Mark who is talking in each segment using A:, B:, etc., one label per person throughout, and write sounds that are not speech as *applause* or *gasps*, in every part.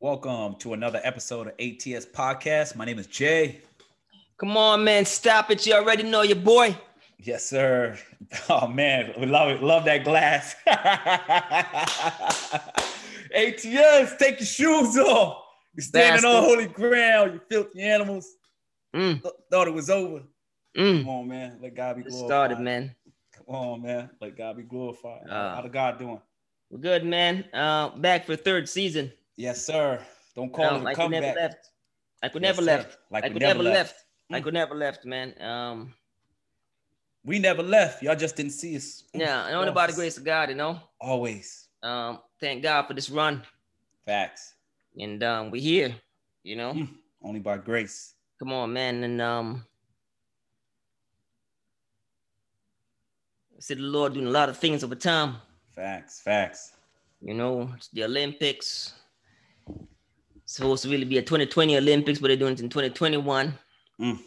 A: Welcome to another episode of ATS Podcast. My name is Jay.
B: Come on, man. Stop it. You already know your boy.
A: Yes, sir. *laughs* Oh man, we love it. Love that glass. *laughs* ATS, take your shoes off. You're standing on holy ground, you filthy animals.
B: Mm,
A: Th- thought it was over.
B: mm.
A: Come on, man. Let God be
B: Just
A: glorified.
B: started, man.
A: Come on, man. Let God be glorified.
B: Uh.
A: How the God doing?
B: We're good, man. Uh, back for third season.
A: Yes, sir. Don't call
B: Um,
A: it a
B: like we
A: comeback.
B: never left. Like we
A: Yes,
B: never
A: sir.
B: left.
A: Like,
B: Like we never left. Like
A: Mm.
B: we never left, man. Um,
A: We never left. Y'all just didn't see us. Mm.
B: yeah, and only by the grace of God, you know.
A: Always.
B: Um, thank God for this run,
A: Facts.
B: and um, we're here. You know,
A: Mm. Only by grace.
B: come on, man, and um, see the Lord doing a lot of things over time.
A: Facts. Facts.
B: You know, it's the Olympics. supposed to really be a 2020 Olympics, but they're doing it in 2021.
A: Mm.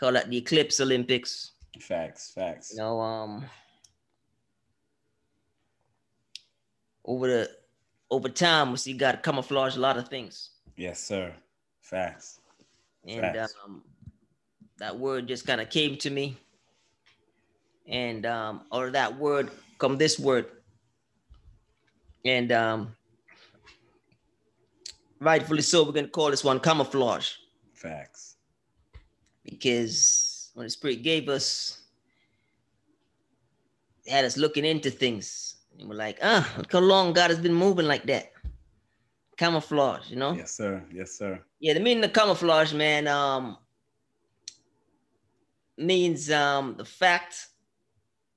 B: Call that the Eclipse Olympics.
A: Facts. Facts.
B: You know, um, over the over time, we see God camouflage a lot of things,
A: Yes, sir. Facts.
B: and
A: Facts.
B: um, that word just kind of came to me. And um, out of that word come this word, and um, rightfully so, we're gonna call this one camouflage.
A: Facts.
B: because when the spirit gave us it had us looking into things and we're like ah look how long god has been moving like that camouflage you know
A: Yes, sir. Yes, sir.
B: yeah the meaning of camouflage man um means um the fact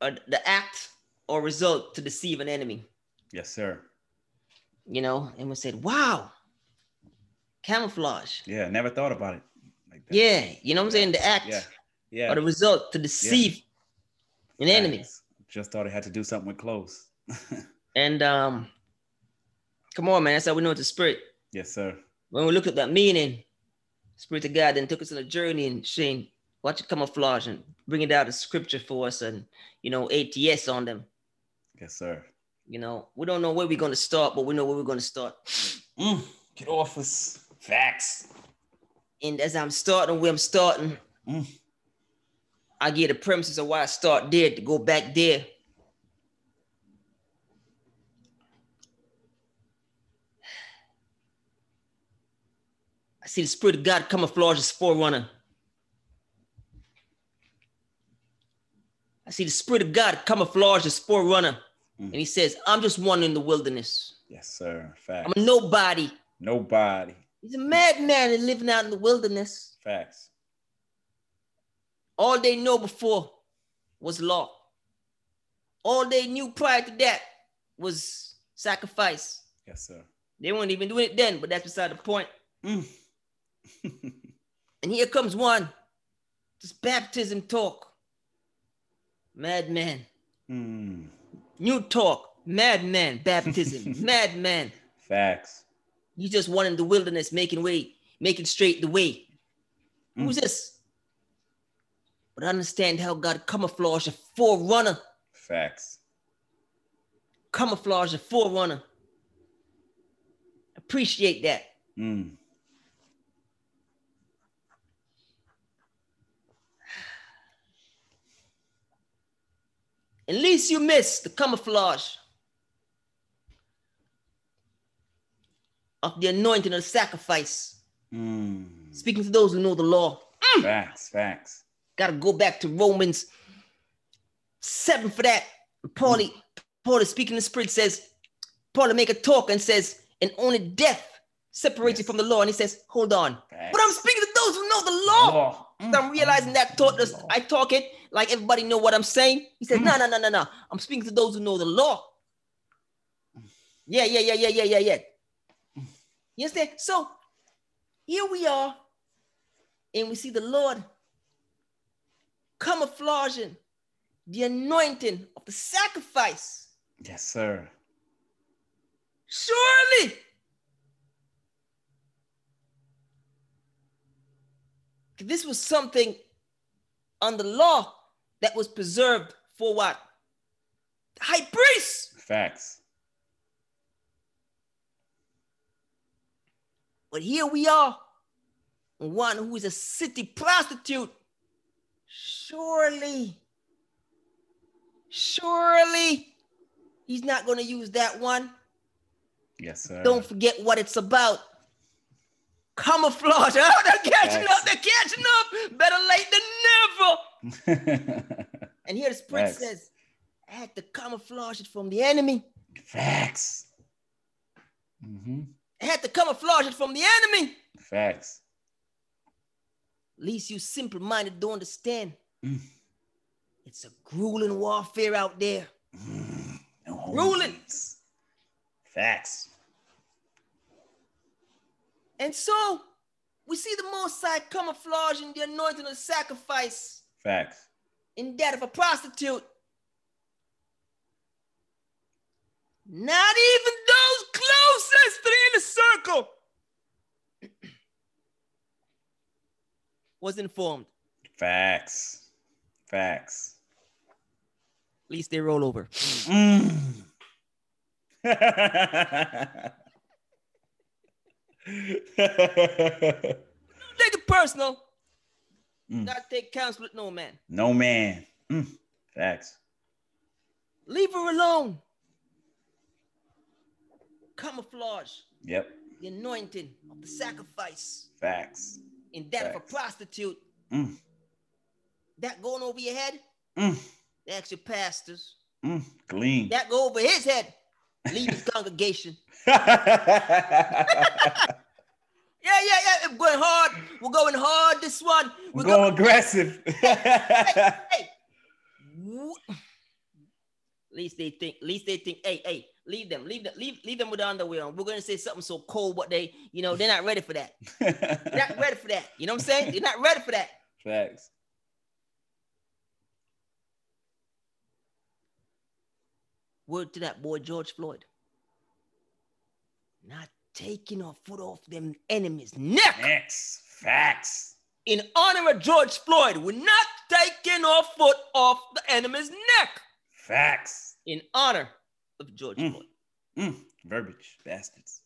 B: or the act or result to deceive an enemy
A: Yes, sir.
B: you know and we said wow camouflage
A: Yeah, never thought about it like that.
B: yeah you know what i'm saying the act
A: Yeah. Yeah.
B: or the result to deceive an enemy
A: Facts. Just thought it had to do something with clothes.
B: And um, come on, man. That's how we know it's the spirit.
A: Yes, sir.
B: When we look at that meaning, Spirit of God then took us on a journey and Shane, watch it camouflage and bring it out of scripture for us and you know, ATS on them.
A: Yes, sir.
B: You know, we don't know where we're gonna start, but we know where we're gonna start.
A: Mm, get off us. Facts.
B: And as I'm starting where I'm starting,
A: Mm.
B: I get the premises of why I start there to go back there. I see the spirit of God camouflage as forerunner. I see the spirit of God camouflage as forerunner.
A: Mm.
B: And he says, I'm just one in the wilderness.
A: Yes, sir. Facts.
B: I'm a nobody.
A: Nobody.
B: He's a madman and living out in the wilderness.
A: Facts.
B: All they know before was law. All they knew prior to that was sacrifice.
A: Yes, sir.
B: They weren't even doing it then, but that's beside the point.
A: Mm. *laughs*
B: And here comes one. This baptism talk. Madman.
A: mm.
B: New talk. Madman. Baptism. Madman.
A: Facts.
B: You just one in the wilderness making way, making straight the way. Who's this? But understand how God camouflage a forerunner.
A: Facts.
B: camouflage a forerunner. Appreciate that.
A: Mm.
B: At least you missed the camouflage of the anointing of the sacrifice.
A: Mm.
B: Speaking to those who know the law,
A: Facts. Facts.
B: gotta go back to Romans 7 for that. Paul, Paul is speaking in the spirit, says, Paul make a talk and says, and only death separates you
A: Yes.
B: from the law. And he says, hold on.
A: Facts.
B: But I'm speaking to those who know the law.
A: Oh. Mm.
B: So I'm realizing that taught us, I talk it like everybody know what I'm saying. He says, no, no, no, no, no. I'm speaking to those who know the law. Yeah, yeah, yeah, yeah, yeah, yeah, yeah. You understand? So here we are, and we see the Lord camouflaging the anointing of the sacrifice.
A: Yes, sir.
B: Surely. This was something on the law that was preserved for what? The high priest.
A: Facts.
B: But here we are, one who is a city prostitute. Surely, surely he's not going to use that one.
A: Yes, sir.
B: Don't forget what it's about. Camouflage. *laughs* Oh, they're catching
A: Facts.
B: up. They're catching up. Better late than never. And here this prince
A: Facts.
B: says, I had to camouflage it from the enemy.
A: *laughs* Facts. hmm
B: I had to camouflage it from the enemy.
A: Facts.
B: least you simple minded don't understand.
A: Mm.
B: It's a grueling warfare out there.
A: No
B: Ruling.
A: homies. Facts.
B: And so we see the Most High camouflage in the anointing of sacrifice
A: Facts.
B: in that of a prostitute. Not even those closest to the inner circle was informed.
A: Facts. Facts.
B: At least they roll over.
A: Mm. *laughs*
B: Don't take it personal.
A: Mm.
B: Not take counsel with no man.
A: no man. Mm. Facts.
B: Leave her alone. Camouflage
A: Yep.
B: the anointing of the sacrifice
A: Facts.
B: in that of a
A: Facts.
B: prostitute.
A: Mm.
B: That going over your head?
A: Mm.
B: They ask your pastors.
A: Mm. Glean. *laughs*
B: That go over his head. Leave his congregation. Yeah, yeah, yeah. We're going hard. We're going hard this one.
A: We're going aggressive. *laughs*
B: hey. Woo- least they think, least they think, hey, hey, leave them, leave them, leave, leave them with the underwear on. We're gonna say something so cold, but they, you know, they're not ready for that. They're not ready for that. You know what I'm saying? They're not ready for that.
A: Facts.
B: Word to that boy George Floyd. Not taking our foot off them enemies' neck.
A: Next. Facts.
B: In honor of George Floyd, we're not taking our foot off the enemy's neck.
A: Facts.
B: In honor of George
A: Mm.
B: Floyd.
A: Mm. Verbiage. Bastards.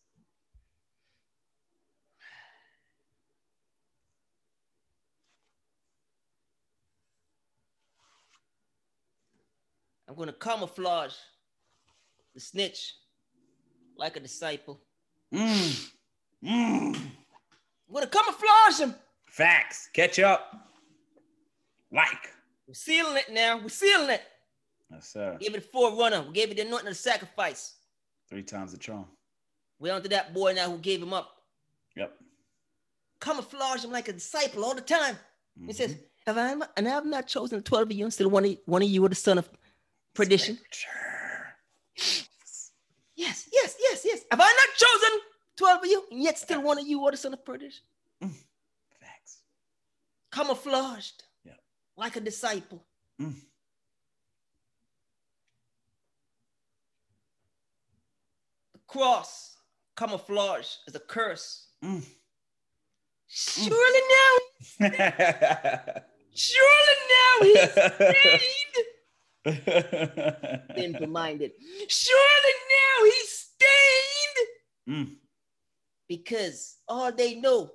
B: I'm gonna camouflage the snitch like a disciple.
A: Mm. Mm.
B: I'm gonna camouflage him.
A: Facts. Catch up. Like.
B: We're sealing it now. We're sealing it.
A: Yes, sir.
B: Give it a forerunner. We gave it the anointing of the sacrifice.
A: Three times the charm.
B: We're onto that boy now who gave him up.
A: Yep.
B: Camouflage him like a disciple all the time. He
A: Mhm.
B: says, Have I and I have not chosen the 12 of you, and still one of, one of you are the son of perdition.
A: Sure.
B: Yes, yes, yes, yes. Have I not chosen 12 of you, and yet still one of you are the son of perdition?
A: Facts.
B: Camouflaged
A: Yeah.
B: like a disciple.
A: Mm.
B: The cross, camouflage is a curse.
A: Mm.
B: Surely now,
A: *laughs*
B: surely now he's stained. Simple minded. Surely now he's stained.
A: Mm.
B: Because all they know,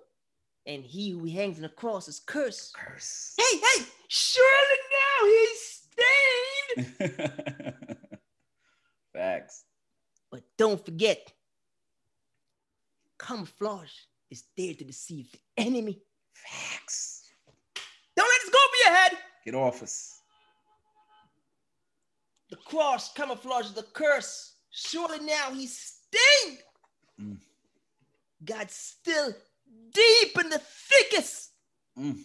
B: and he who hangs on the cross is cursed.
A: Curse.
B: Hey, hey, surely now he's stained.
A: *laughs* Facts.
B: But don't forget, camouflage is there to deceive the enemy.
A: Facts.
B: Don't let this go over your head.
A: Get off us.
B: The cross camouflages the curse. Surely now he's stained.
A: Mm.
B: God's still deep in the thickest
A: Mm.
B: of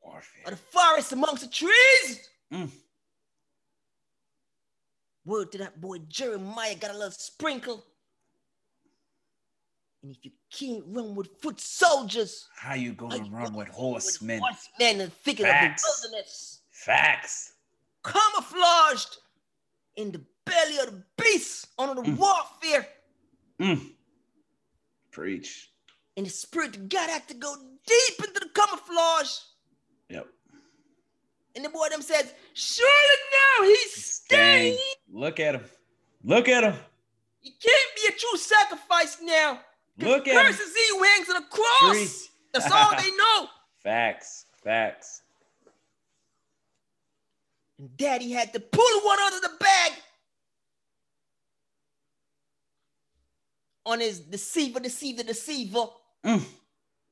A: Warfare.
B: the forest amongst the trees.
A: Mm.
B: Word to that boy Jeremiah got a little sprinkle. And if you can't run with foot soldiers,
A: How you gonna run with horsemen?
B: horsemen in the thicket
A: Facts.
B: of the wilderness.
A: Facts.
B: camouflaged in the belly of the beast under the
A: Mm.
B: warfare.
A: Mm. Preach.
B: And the spirit of God had to go deep into the camouflage.
A: Yep.
B: And the boy them says, Surely now he's
A: Dang.
B: stained.
A: Look at him. Look at him.
B: He can't be a true sacrifice now.
A: Look at him.
B: Curses he hangs on the cross.
A: Preach.
B: That's all
A: *laughs*
B: they know.
A: Facts. Facts.
B: And daddy had to pull one out of the bag on his deceiver, deceiver, deceiver.
A: Mm.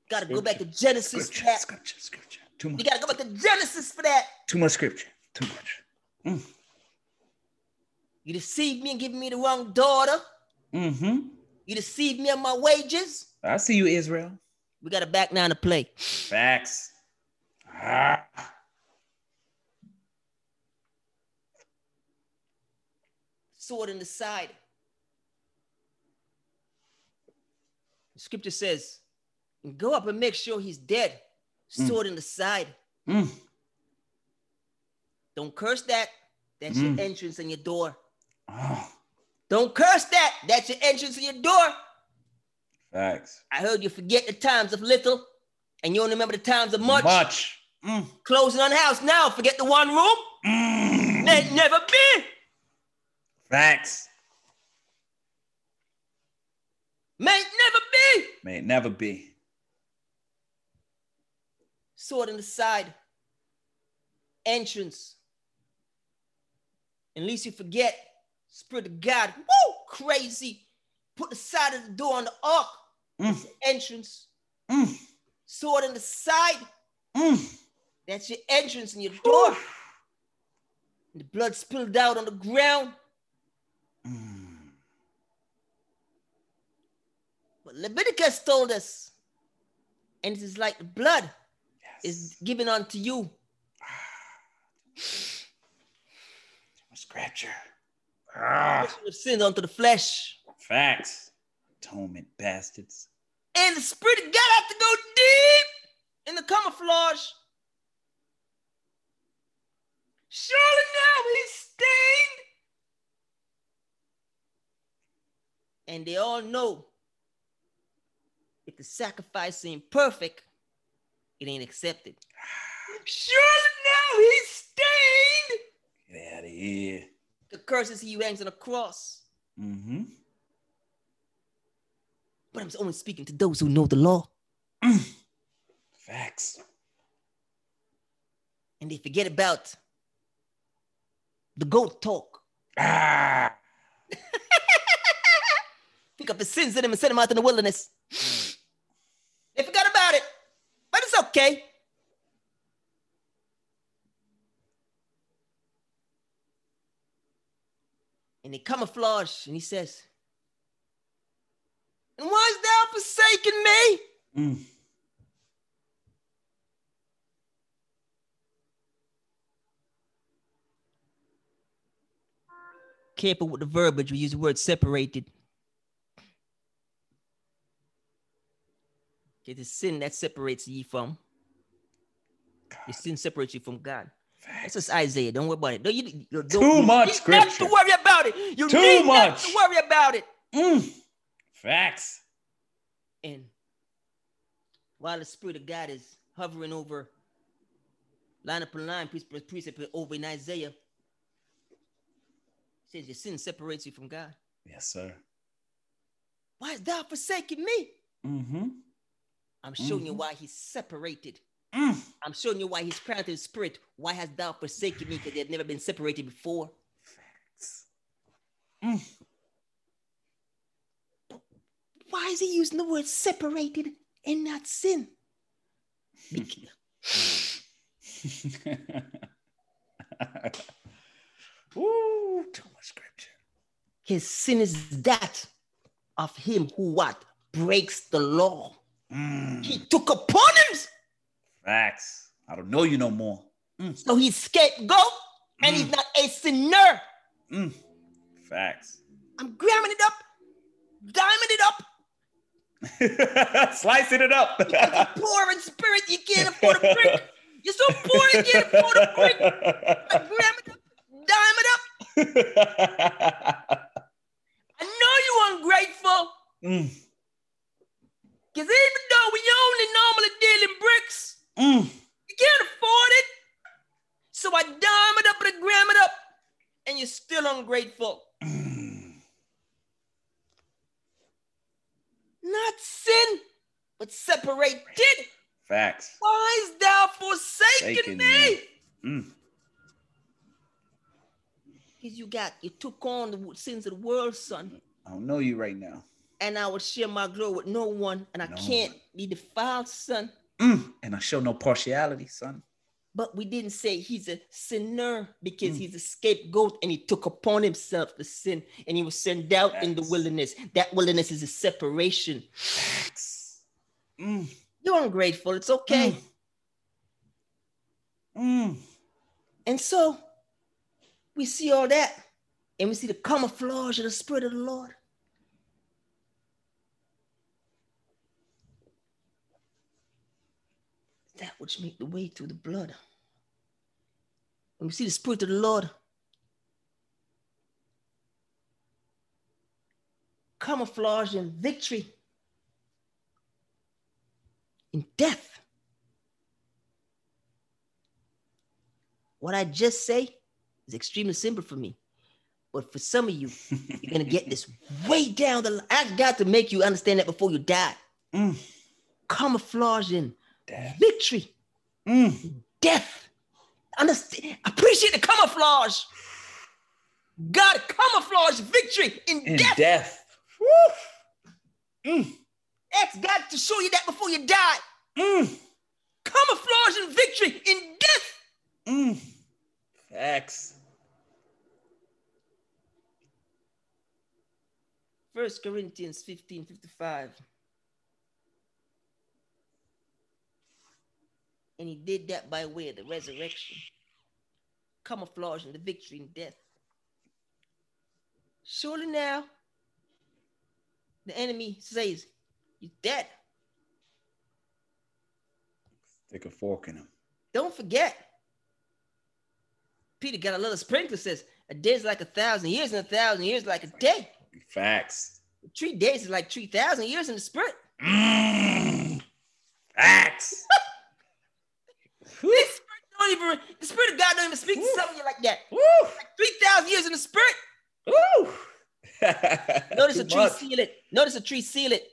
B: Gotta go back to Genesis for
A: Scripture,
B: that.
A: scripture, scripture. Too
B: You
A: much.
B: gotta go back to Genesis for that.
A: Too much scripture. Too much.
B: You deceived me and giving me the wrong daughter.
A: Mm-hmm.
B: You deceived me on my wages.
A: I see you, Israel.
B: We gotta back now to play.
A: Facts. Ah.
B: sword in the side. The scripture says, go up and make sure he's dead.
A: Mm.
B: Sword in the side.
A: Mm.
B: Don't curse that. That's
A: Mm.
B: your entrance and your door.
A: Oh,
B: Don't curse that. That's your entrance and your door.
A: facts.
B: I heard you forget the times of little and you don't remember the times of much.
A: Much. Mm.
B: Closing on the house now. Forget the one room.
A: Mm.
B: That never been.
A: Facts.
B: May it never be.
A: May it never be.
B: sword in the side, entrance. At least you forget, Spirit of God, woo, crazy. Put the side of the door on the ark,
A: Mm.
B: entrance,
A: Mm.
B: sword in the side,
A: Mm.
B: that's your entrance and your door. And the blood spilled out on the ground,
A: Mm.
B: but Leviticus told us, and it is like the blood is given unto you.
A: Scripture. Ah.
B: remission Of sins unto the flesh.
A: Facts. Atonement bastards.
B: And the spirit of God have to go deep in the camouflage. Surely now he's stained. And they all know if the sacrifice ain't perfect, it ain't accepted. Surely now he's stained.
A: Get out of here.
B: The curses he who hangs on the cross.
A: Mm-hmm.
B: But I'm only speaking to those who know the law.
A: Facts.
B: and they forget about the goat talk.
A: Ah.
B: Pick up his sins in him and send him out in the wilderness. They forgot about it, but it's okay. And they camouflage, and he says, And why is thou forsaken me?
A: Mm.
B: Careful with the verbiage. We use the word separated. It is sin that separates ye from. Your sin separates you from God. That's just Isaiah. Don't worry about it. Don't, you, you- don't-
A: Too
B: you
A: much
B: need Not
A: scripture.
B: to worry about it. You
A: Too
B: need not
A: much.
B: to worry about it.
A: Mm. Facts.
B: And while the Spirit of God is hovering over line upon line, precept, precept over in Isaiah, it says your sin separates you from God.
A: Yes, sir.
B: Why is thou forsaking me?
A: Mm-hmm.
B: I'm showing you why he's separated.
A: Mm. *laughs*
B: I'm showing you why he's crowned in spirit. Why hast thou forsaken me? Because they've never been separated before. Why is he using the word separated and not sin? Bec-
A: Ooh, too much scripture.
B: His sin is that of him who what breaks the law.
A: Mm.
B: He took upon him,
A: Facts. I don't know you no more. Mm.
B: so he's scapegoat and he's not a sinner.
A: Mm. Facts.
B: I'm grabbing it up, diamond it up.
A: *laughs* Slicing it up. *laughs*
B: You're poor in spirit, you can't afford a brick. You're so poor, you can't afford a brick. I gram it up, dime it up. I know you ungrateful,
A: Mm,
B: because even though we only normally deal in bricks,
A: *laughs* mm.
B: you can't afford it. So I dime it up and I gram it up, and you're still
A: mm.
B: ungrateful. Not not sin, but separated.
A: Facts.
B: Why is thou forsaken
A: Taken
B: me?
A: me. Mm.
B: Because you got, you took on the w- sins of the world, son.
A: I don't know you right now.
B: And I will share my glory with no one, and I
A: No
B: can't be defiled, son.
A: Mm. And I show no partiality, son.
B: But we didn't say he's a sinner because he's a scapegoat and he took upon himself the sin and he was sent out in the
A: Yes.
B: wilderness. That wilderness is a separation.
A: Facts. Mm.
B: You're ungrateful. It's okay.
A: Mm.
B: And so we see all that and we see the camouflage of the Spirit of the Lord. That which make the way through the blood. When we see the Spirit of the Lord camouflage in victory, in death. What I just say is extremely simple for me. But for some of you, you're gonna get this way down the line. I got to make you understand that before you die.
A: Mm.
B: Camouflaging
A: Death.
B: victory,
A: Mm.
B: death. Understand, appreciate the camouflage. God camouflage victory in,
A: And
B: death.
A: death.
B: That's got to show you that before you die.
A: Mm.
B: Camouflage and victory in death.
A: Mm. Facts.
B: First Corinthians 15 55. And he did that by way of the resurrection, camouflaging the victory in death. Surely now, the enemy says, You're dead.
A: Stick a fork in him.
B: Don't forget. Peter got a little sprinkler says, A day is like a thousand years, and a thousand years like a day.
A: Facts.
B: Three days is like 3,000 years in the spirit.
A: Mm.
B: *laughs*
A: Facts.
B: This spirit don't even, the spirit of God don't even speak to some of you like that.
A: Woo.
B: Three thousand years in the spirit.
A: *laughs* Woo.
B: Notice
A: Too
B: a tree
A: much.
B: seal it. Notice a tree seal it.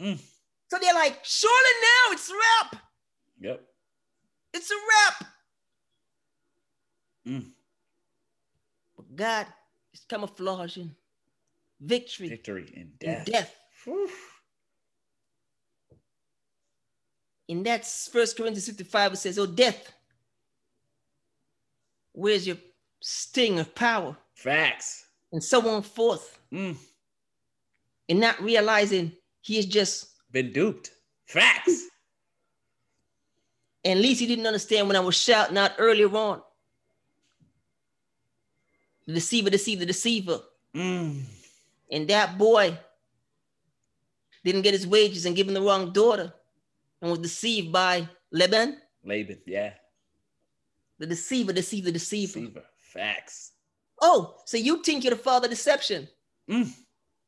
A: Mm.
B: So they're like, surely now it's a wrap.
A: Yep.
B: It's a wrap.
A: Mm.
B: But God is camouflaging victory,
A: Victory in
B: and
A: death.
B: death.
A: Whew.
B: And that's First Corinthians 55. It says, Oh, death, where's your sting of power?
A: Facts.
B: And so on forth.
A: Mm.
B: And not realizing he is just
A: Been duped. Facts.
B: And at least he didn't understand when I was shouting out earlier on. The deceiver, deceive the deceiver.
A: Mm.
B: And that boy didn't get his wages and given the wrong daughter and was deceived by Laban.
A: Laban. Yeah.
B: The deceiver, deceive the deceiver.
A: Deceiver. Facts.
B: Oh, so you think you're the father of deception.
A: Mm.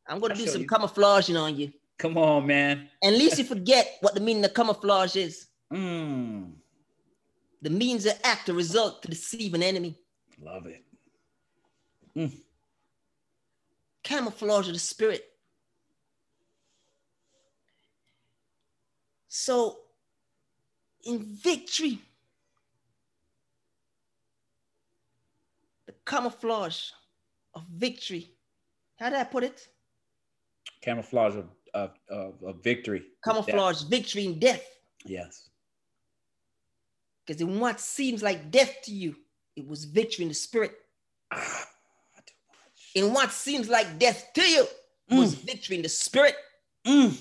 B: I'm going
A: I
B: to do
A: show
B: some
A: you.
B: camouflaging on you.
A: Come on, man.
B: And at least you forget what the meaning of camouflage is.
A: Mm.
B: The means of act, the result to deceive an enemy.
A: Love it.
B: camouflage of the spirit. So, in victory, the camouflage of victory. How did I put it?
A: Camouflage of, of, of, of victory. in death.
B: Camouflage victory in death.
A: Yes.
B: Because in what seems like death to you, it was victory in the spirit.
A: Ah, too much.
B: In what seems like death to you
A: Hmm.
B: was victory in the spirit.
A: Mm.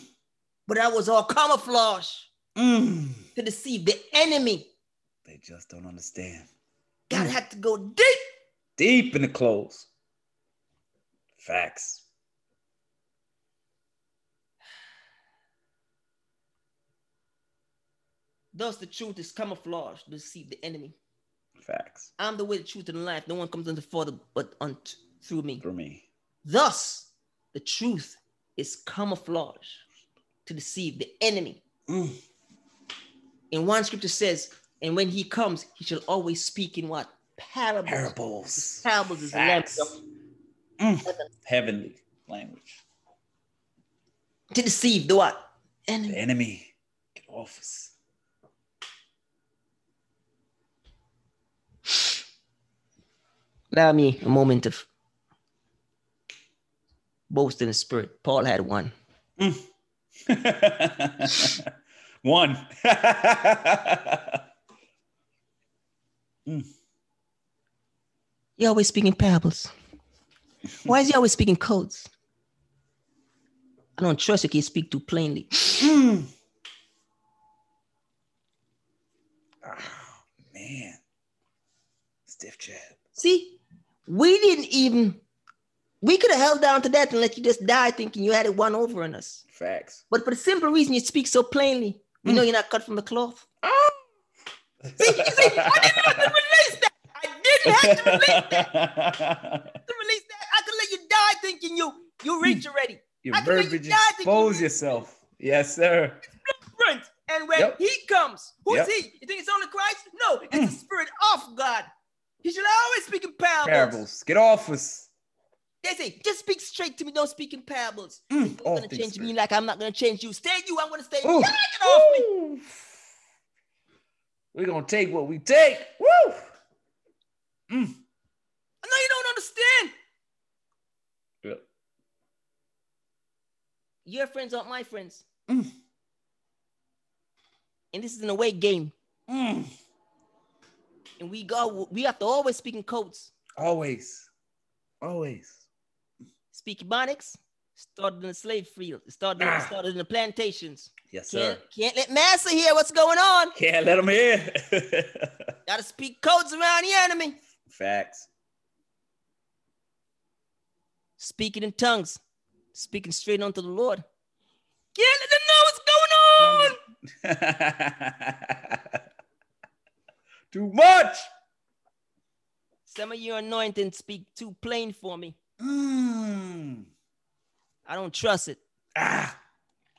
B: But that was all camouflage
A: Mm.
B: to deceive the enemy.
A: They just don't understand.
B: God
A: Mm.
B: had to go deep.
A: Deep in the clothes. Facts.
B: Thus, the truth is camouflaged to deceive the enemy.
A: Facts.
B: I'm the way, the truth, and the life. No one comes unto the Father but unto through me.
A: For me.
B: Thus, the truth is camouflaged to deceive the enemy.
A: Mm.
B: And one scripture says, "And when he comes, he shall always speak in what parables.
A: Parables.
B: Parables is the
A: Facts.
B: language
A: Mm. Heavenly language.
B: to deceive the what
A: The
B: enemy.
A: enemy. Get off
B: *laughs*
A: us.
B: Allow me a moment of boasting in spirit. Paul had one. *laughs*
A: One.
B: He always speaking parables. Why is he always speaking codes? I don't trust you can speak too plainly.
A: Mm. Ah, man. Stiff jab.
B: See, we didn't even we could have held down to that and let you just die thinking you had it won over on us.
A: Facts.
B: But for the simple reason you speak so plainly, we know you're not cut from the cloth. *laughs*
A: Ah!
B: See, you see, I didn't have to release that. I didn't have to release, to release that. I could let you die thinking you you rich already.
A: *laughs* Your
B: I can make you
A: verbiage
B: die to
A: expose
B: you.
A: yourself. Yes, sir.
B: Sprint. And when
A: Yep.
B: he comes, who's
A: Yep. Mm.
B: he? You think it's only Christ? No, it's the spirit of God. He should always speak in parables.
A: Parables. Get off us.
B: They say, just speak straight to me. Don't speak in parables.
A: Mm,
B: You're gonna
A: off this
B: change me
A: bit.
B: like I'm not gonna change you. Stay you. I'm gonna stay.
A: Ooh.
B: Yeah, get off me.
A: Woo. We're gonna take what we take. Woo! Mm.
B: I know you don't understand.
A: Yep.
B: Your friends aren't my friends.
A: Mm.
B: And this is an away game.
A: Mm.
B: And we go. We have to always speak in codes.
A: Always. Always.
B: Speak ebonics. Started in the slave field. Started,
A: Ah.
B: started in the plantations.
A: Yes,
B: Can't,
A: sir.
B: can't let massa hear what's going on.
A: Can't let them in. *laughs*
B: Gotta speak codes around the enemy.
A: Facts.
B: Speaking in tongues. Speaking straight unto the Lord. Can't let them know what's going on.
A: *laughs* Too much.
B: Some of your anointing speak too plain for me.
A: Mm.
B: I don't trust it.
A: Ah,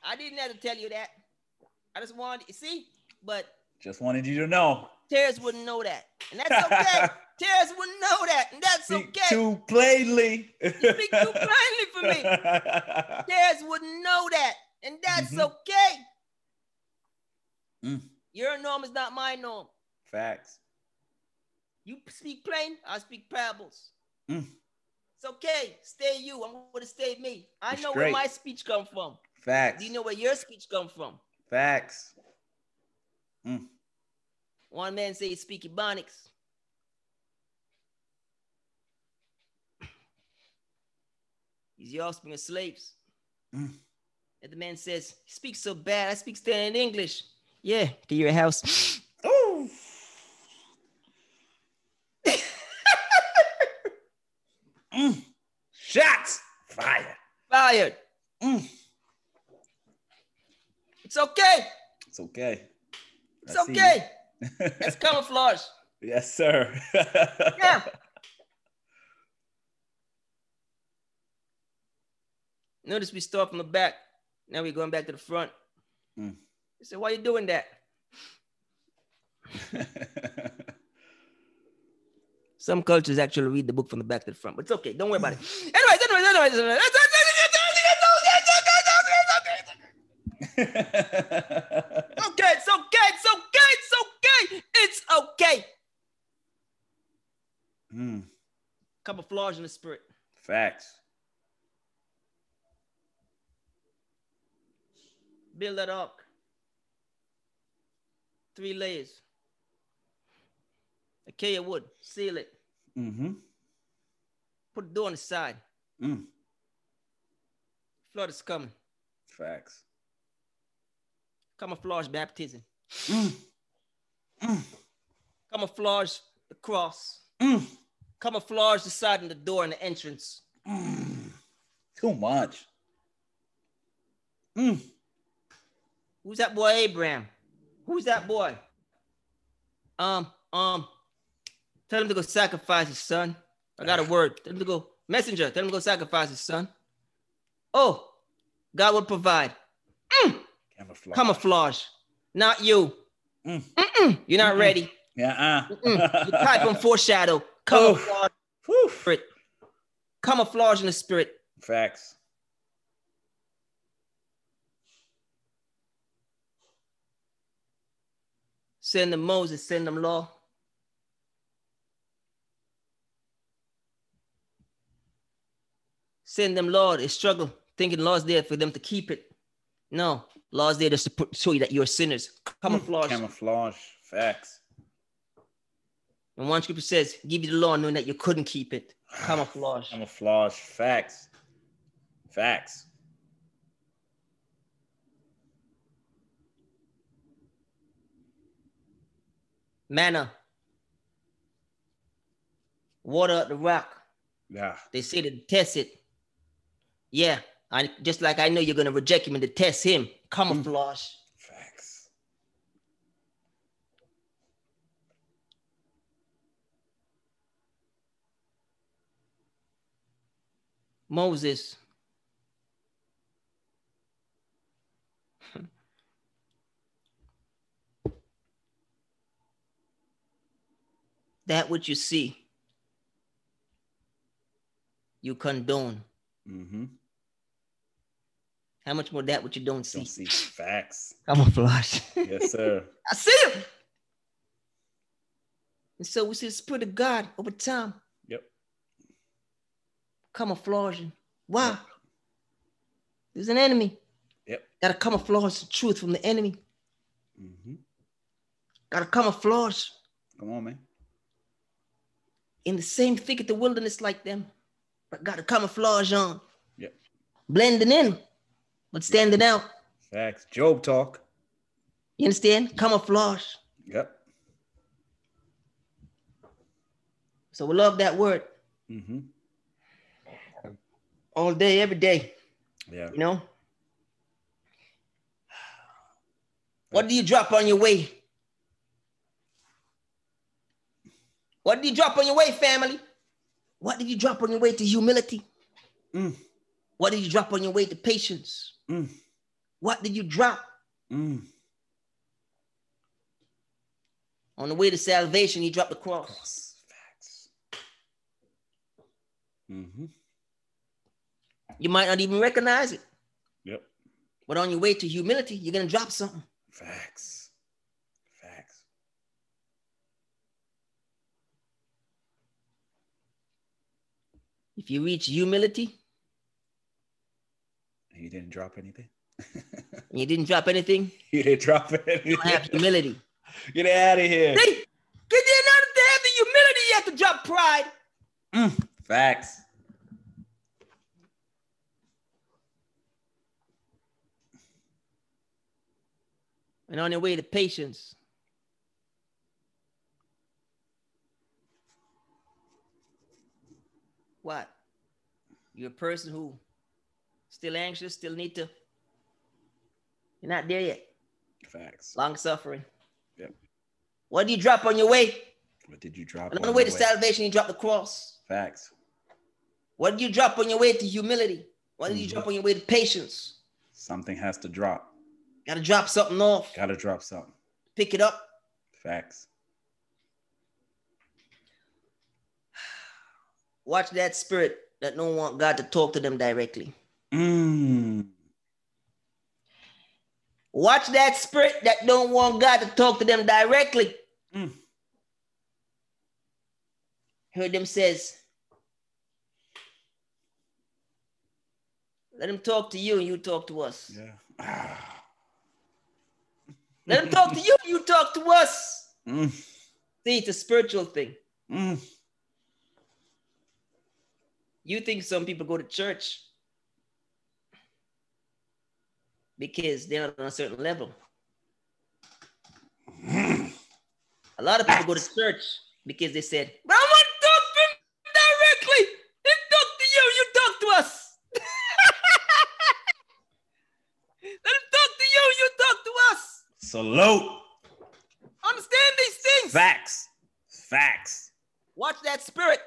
B: I didn't have to tell you that. I just wanted you see, but
A: just wanted you to know.
B: Terrence wouldn't know that. And *laughs* that's okay. Terrence wouldn't know that. And that's
A: Speak
B: okay.
A: too plainly.
B: Speak too plainly for me. *laughs* Terrence wouldn't know that. And that's
A: Mhm.
B: okay.
A: Mm.
B: Your norm is not my norm.
A: *laughs* Facts.
B: You speak plain, I speak parables.
A: Mm.
B: It's okay. Stay you. I'm gonna stay me. I
A: You're
B: know where
A: straight.
B: my speech come from.
A: Facts.
B: Do you know where your speech come from?
A: Facts.
B: One man say he speak Ebonics. He's the offspring of slaves.
A: Mm.
B: And the man says, he speaks so bad, I speak standard English. Yeah, to
A: *laughs*
B: your house.
A: Ooh.
B: *laughs*
A: Mm. Shots fired.
B: Fired.
A: Mm.
B: It's okay.
A: It's okay.
B: It's
A: I see
B: okay.
A: you. *laughs*
B: It's camouflage.
A: yes, sir.
B: Yeah. Notice we start from the back. Now we're going back to the front.
A: Mm.
B: He said, why you doing that? Some cultures actually read the book from the back to the front, but it's okay. Don't worry about it. *laughs* Anyways, anyways, anyways, anyways. It's okay, it's okay, it's okay, it's okay, it's okay.
A: *laughs* Mm,
B: Camouflage in the spirit.
A: facts.
B: Build that up. Three layers. Acacia wood. Seal it.
A: Mm-hmm.
B: Put the door on the side.
A: Mm,
B: Flood is coming.
A: facts.
B: Camouflage baptism.
A: Mm, mm,
B: Camouflage the cross.
A: mm,
B: Camouflage the side and the door and the entrance.
A: mm. Too much. Mm,
B: Who's that boy Abraham? Who's that boy? Um, um, tell him to go sacrifice his son. I got a word. Tell him to go messenger. Tell him to go sacrifice his son. Oh, God will provide.
A: camouflage.
B: Camouflage, not you.
A: Mm.
B: Mm-mm, you're not
A: Mm-mm.
B: ready.
A: Yeah. uh.
B: Mm-mm. You're
A: *laughs*
B: type on foreshadow. Camouflage,
A: Whew.
B: spirit. Camouflage in the spirit.
A: Facts.
B: Send them Moses, send them law. Send them law. They struggle thinking law's there for them to keep it. No, law's there to supp- show you that you're sinners. Camouflage.
A: Camouflage. Facts.
B: And one scripture says, give you the law knowing that you couldn't keep it. Camouflage.
A: Camouflage. Facts. Facts.
B: Manna. Water at the rock.
A: Yeah.
B: They say to test it. Yeah. I just like I know you're gonna reject him and detest him. Camouflage.
A: Facts.
B: Moses. that which you see, you condone.
A: Mm-hmm.
B: How much more that which you don't see?
A: Don't see facts.
B: Camouflage.
A: Yes, sir.
B: *laughs*
A: *laughs*
B: I see him. And so we see the spirit of God over time
A: Yep.
B: camouflaging. Wow. There's an enemy.
A: Yep.
B: Gotta camouflage the truth from the enemy.
A: Mm-hmm.
B: Gotta camouflage
A: Come on, man.
B: in the same thicket, the wilderness like them, but got a camouflage on.
A: Yep.
B: Blending in, but standing out.
A: Facts. Job talk.
B: You understand? Camouflage.
A: Yep.
B: So we love that word
A: Mm-hmm.
B: all day, every day.
A: Yeah.
B: You know? What do you drop on your way? What do you drop on your way, family? What did you drop on your way to humility?
A: Mm,
B: What did you drop on your way to patience?
A: mm,
B: What did you drop
A: mm.
B: on the way to salvation? You dropped the cross.
A: Cross. Facts. Mm-hmm.
B: You might not even recognize it.
A: Yep.
B: But on your way to humility, you're gonna drop something.
A: Facts. Facts.
B: If you reach humility
A: And you didn't drop anything. *laughs*
B: and you didn't drop anything,
A: you didn't drop *laughs*
B: you don't have
A: anything.
B: humility.
A: Get out of here.
B: See? Because you're not to have the humility, you have to drop pride.
A: Mm, Facts.
B: And on your way to patience, what? You're a person who still anxious, still need to. You're not there yet.
A: Facts.
B: long suffering.
A: Yep.
B: What do you drop on your way?
A: What did you drop?
B: And on
A: your
B: the way to salvation, you drop the cross.
A: Facts.
B: What do you drop on your way to humility? What do you
A: Mhm.
B: drop on your way to patience?
A: Something has to drop.
B: Got to drop something off,
A: Gotta drop something.
B: pick it up.
A: Facts.
B: Watch that spirit that don't want God to talk to them directly.
A: Mm.
B: Watch that spirit that don't want God to talk to them directly.
A: Mm.
B: Heard them says, let him talk to you and you talk to us.
A: Yeah. Ah.
B: Let him talk to you and you talk to us.
A: Mm.
B: See, it's a spiritual thing.
A: Mm.
B: You think some people go to church because they're not on a certain level. A lot of people go to church because they said, but I want to talk to them directly. They talk to you, you talk to us. *laughs* Let them talk to you, you talk to us.
A: Salute.
B: Understand these things.
A: Facts. Facts.
B: Watch that spirit.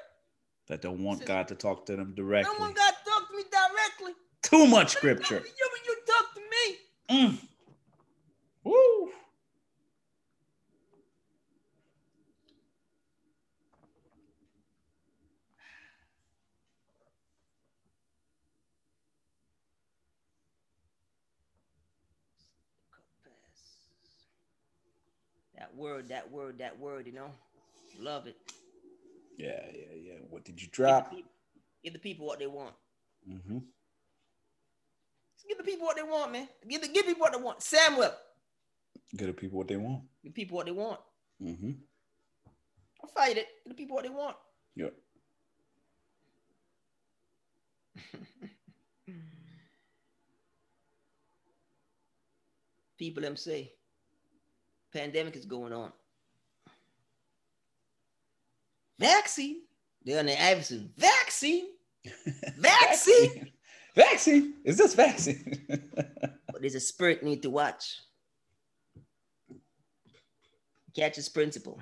A: That don't want
B: Sis-
A: God to talk to them
B: I
A: directly.
B: don't want God to talk to me directly.
A: Too much
B: Let him *laughs*
A: scripture.
B: Talk to you when you talk to me.
A: Mm. Woo.
B: That That word, that word, that word, you know? Love it.
A: Yeah, yeah, yeah. What did you drop?
B: Give the peop- Give the people what they want.
A: Mm-hmm.
B: Just give the people what they want, man. Give the give people what they want. Samuel,
A: Give the people what they want.
B: give people what they want.
A: Mm-hmm.
B: I'll fight it. Give the people what they want.
A: Yep.
B: People them say pandemic is going on. Vaccine. They're on the advertising. *laughs* Vaccine. Vaccine.
A: Vaccine. Is this vaccine? *laughs*
B: but there's a spirit need to watch. Catch his principle.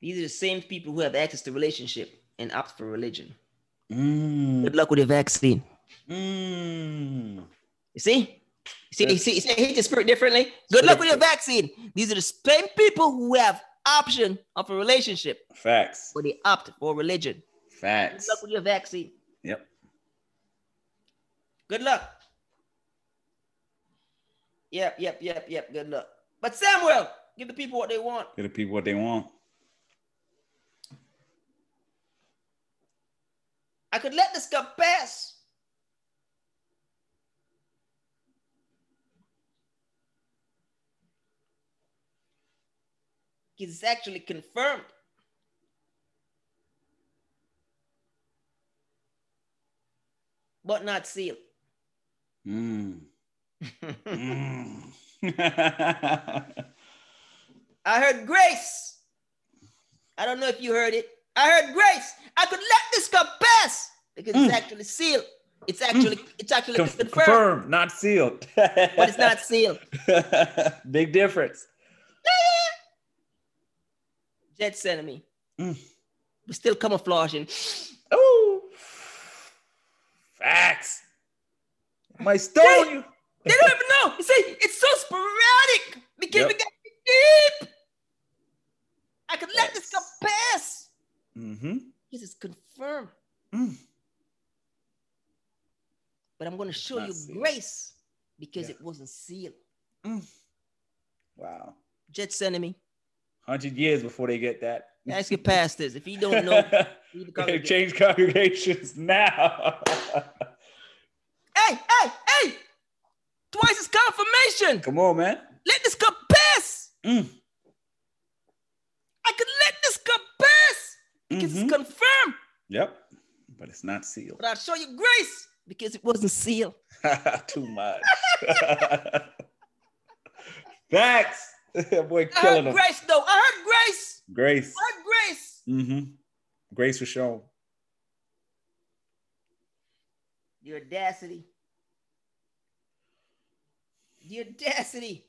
B: These are the same people who have access to relationship and opt for religion.
A: mm.
B: Good luck with your vaccine.
A: Mm.
B: You see? You see, you see, you see, hit the spirit differently. Good luck with your vaccine. These are the same people who have option of a relationship,
A: Facts.
B: but they opt for religion. Good
A: Facts.
B: luck with your vaccine.
A: Yep.
B: Good luck. Yep, yep, yep, yep. Good luck. But Samuel, give the people what they want.
A: Give the people what they want.
B: I could let this cup pass. Because it's actually confirmed. But not sealed.
A: Mm.
B: I
A: Mm.
B: heard grace. I don't know if you heard it. I heard grace. I could let this cup pass because
A: Mm.
B: it's actually sealed. It's actually it's actually
A: Con-
B: confirmed,
A: confirmed, not sealed.
B: but it's not sealed.
A: *laughs* Big difference.
B: Jet sent me.
A: Mm.
B: We're still camouflaging. *gasps*
A: Oh, facts. My stone. you.
B: They don't even know. You see, it's so sporadic because we
A: Yep.
B: got deep. I could let this come
A: Facts.
B: pass.
A: Mm-hmm.
B: This is confirmed.
A: Mm.
B: But I'm going to show
A: Not
B: you
A: sealed.
B: grace because
A: Yeah.
B: it wasn't sealed.
A: Wow.
B: Jet sent me.
A: Hundred years before they get that. *laughs*
B: Ask your pastors. If you don't know, you need to
A: They
B: congregate.
A: change congregations now.
B: hey, hey, hey. Twice is confirmation.
A: Come on, man.
B: Let this cup pass.
A: Mm.
B: I could let this cup pass because
A: Mhm.
B: it's confirmed.
A: Yep. But it's not sealed.
B: But I'll show you grace because it wasn't sealed.
A: *laughs* Too much. Facts. *laughs* That boy
B: I heard
A: killing him.
B: grace though. I heard grace.
A: Grace.
B: I heard grace.
A: Mm-hmm. Grace was shown.
B: The audacity. The audacity.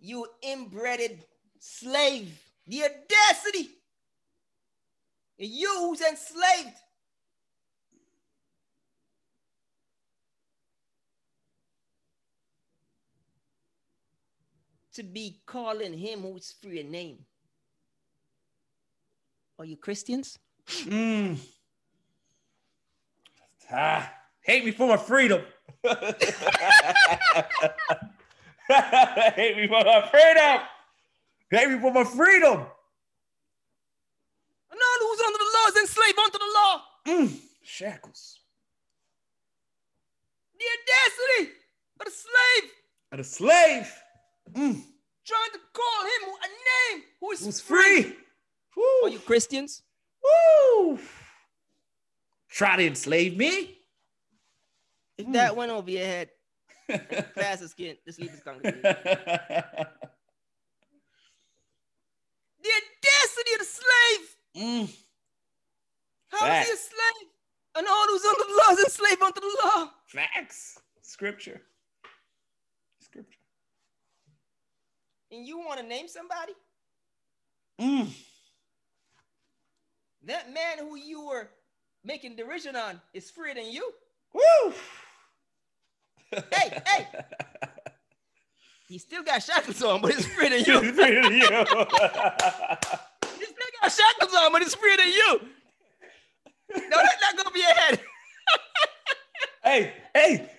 B: You inbreded slave. The audacity. You who's enslaved. To be calling him who's free a name. Are you Christians?
A: Mm. Ah, hate me for my freedom. *laughs* hate me for my freedom. Hate me for my freedom.
B: No, who's under the law is enslaved unto the law.
A: Mm. Shackles.
B: The audacity of the slave
A: And a slave mm.
B: trying to call him a name who is
A: who's free. Woo.
B: Are you Christians?
A: Woo. Try to enslave
B: *laughs*
A: me.
B: If
A: Hmm.
B: that went over your head, fast as skin, just leave this congregation. the audacity of the slave.
A: Mm.
B: How is he a
A: Facts.
B: slave? And all who's under the law is enslaved unto the law.
A: Facts. Scripture. Scripture.
B: And you want to name somebody?
A: Mm.
B: That man who you were making derision on is freer than you.
A: Woo!
B: Hey,
A: *laughs*
B: hey. He still got shackles on, but he's freer than you.
A: Just reading you.
B: *laughs* He still got shackles on, but he's freer than you. No, that's not going to be your head.
A: *laughs* hey, hey,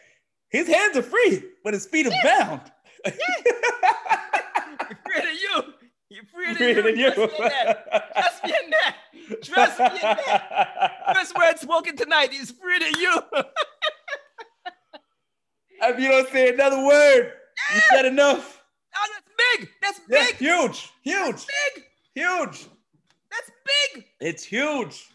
A: his hands are free, but his feet are bound. *laughs*
B: Free freer than you. You're freer than
A: Freer
B: you.
A: than you.
B: Trust me in that. Trust me in that. Trust me in that. First word spoken tonight is freer than you.
A: *laughs*
B: Ah,
A: if you don't say another word, you said enough.
B: Oh, that's big. That's
A: Yeah,
B: big.
A: huge, huge,
B: Big.
A: huge.
B: That's big.
A: It's huge.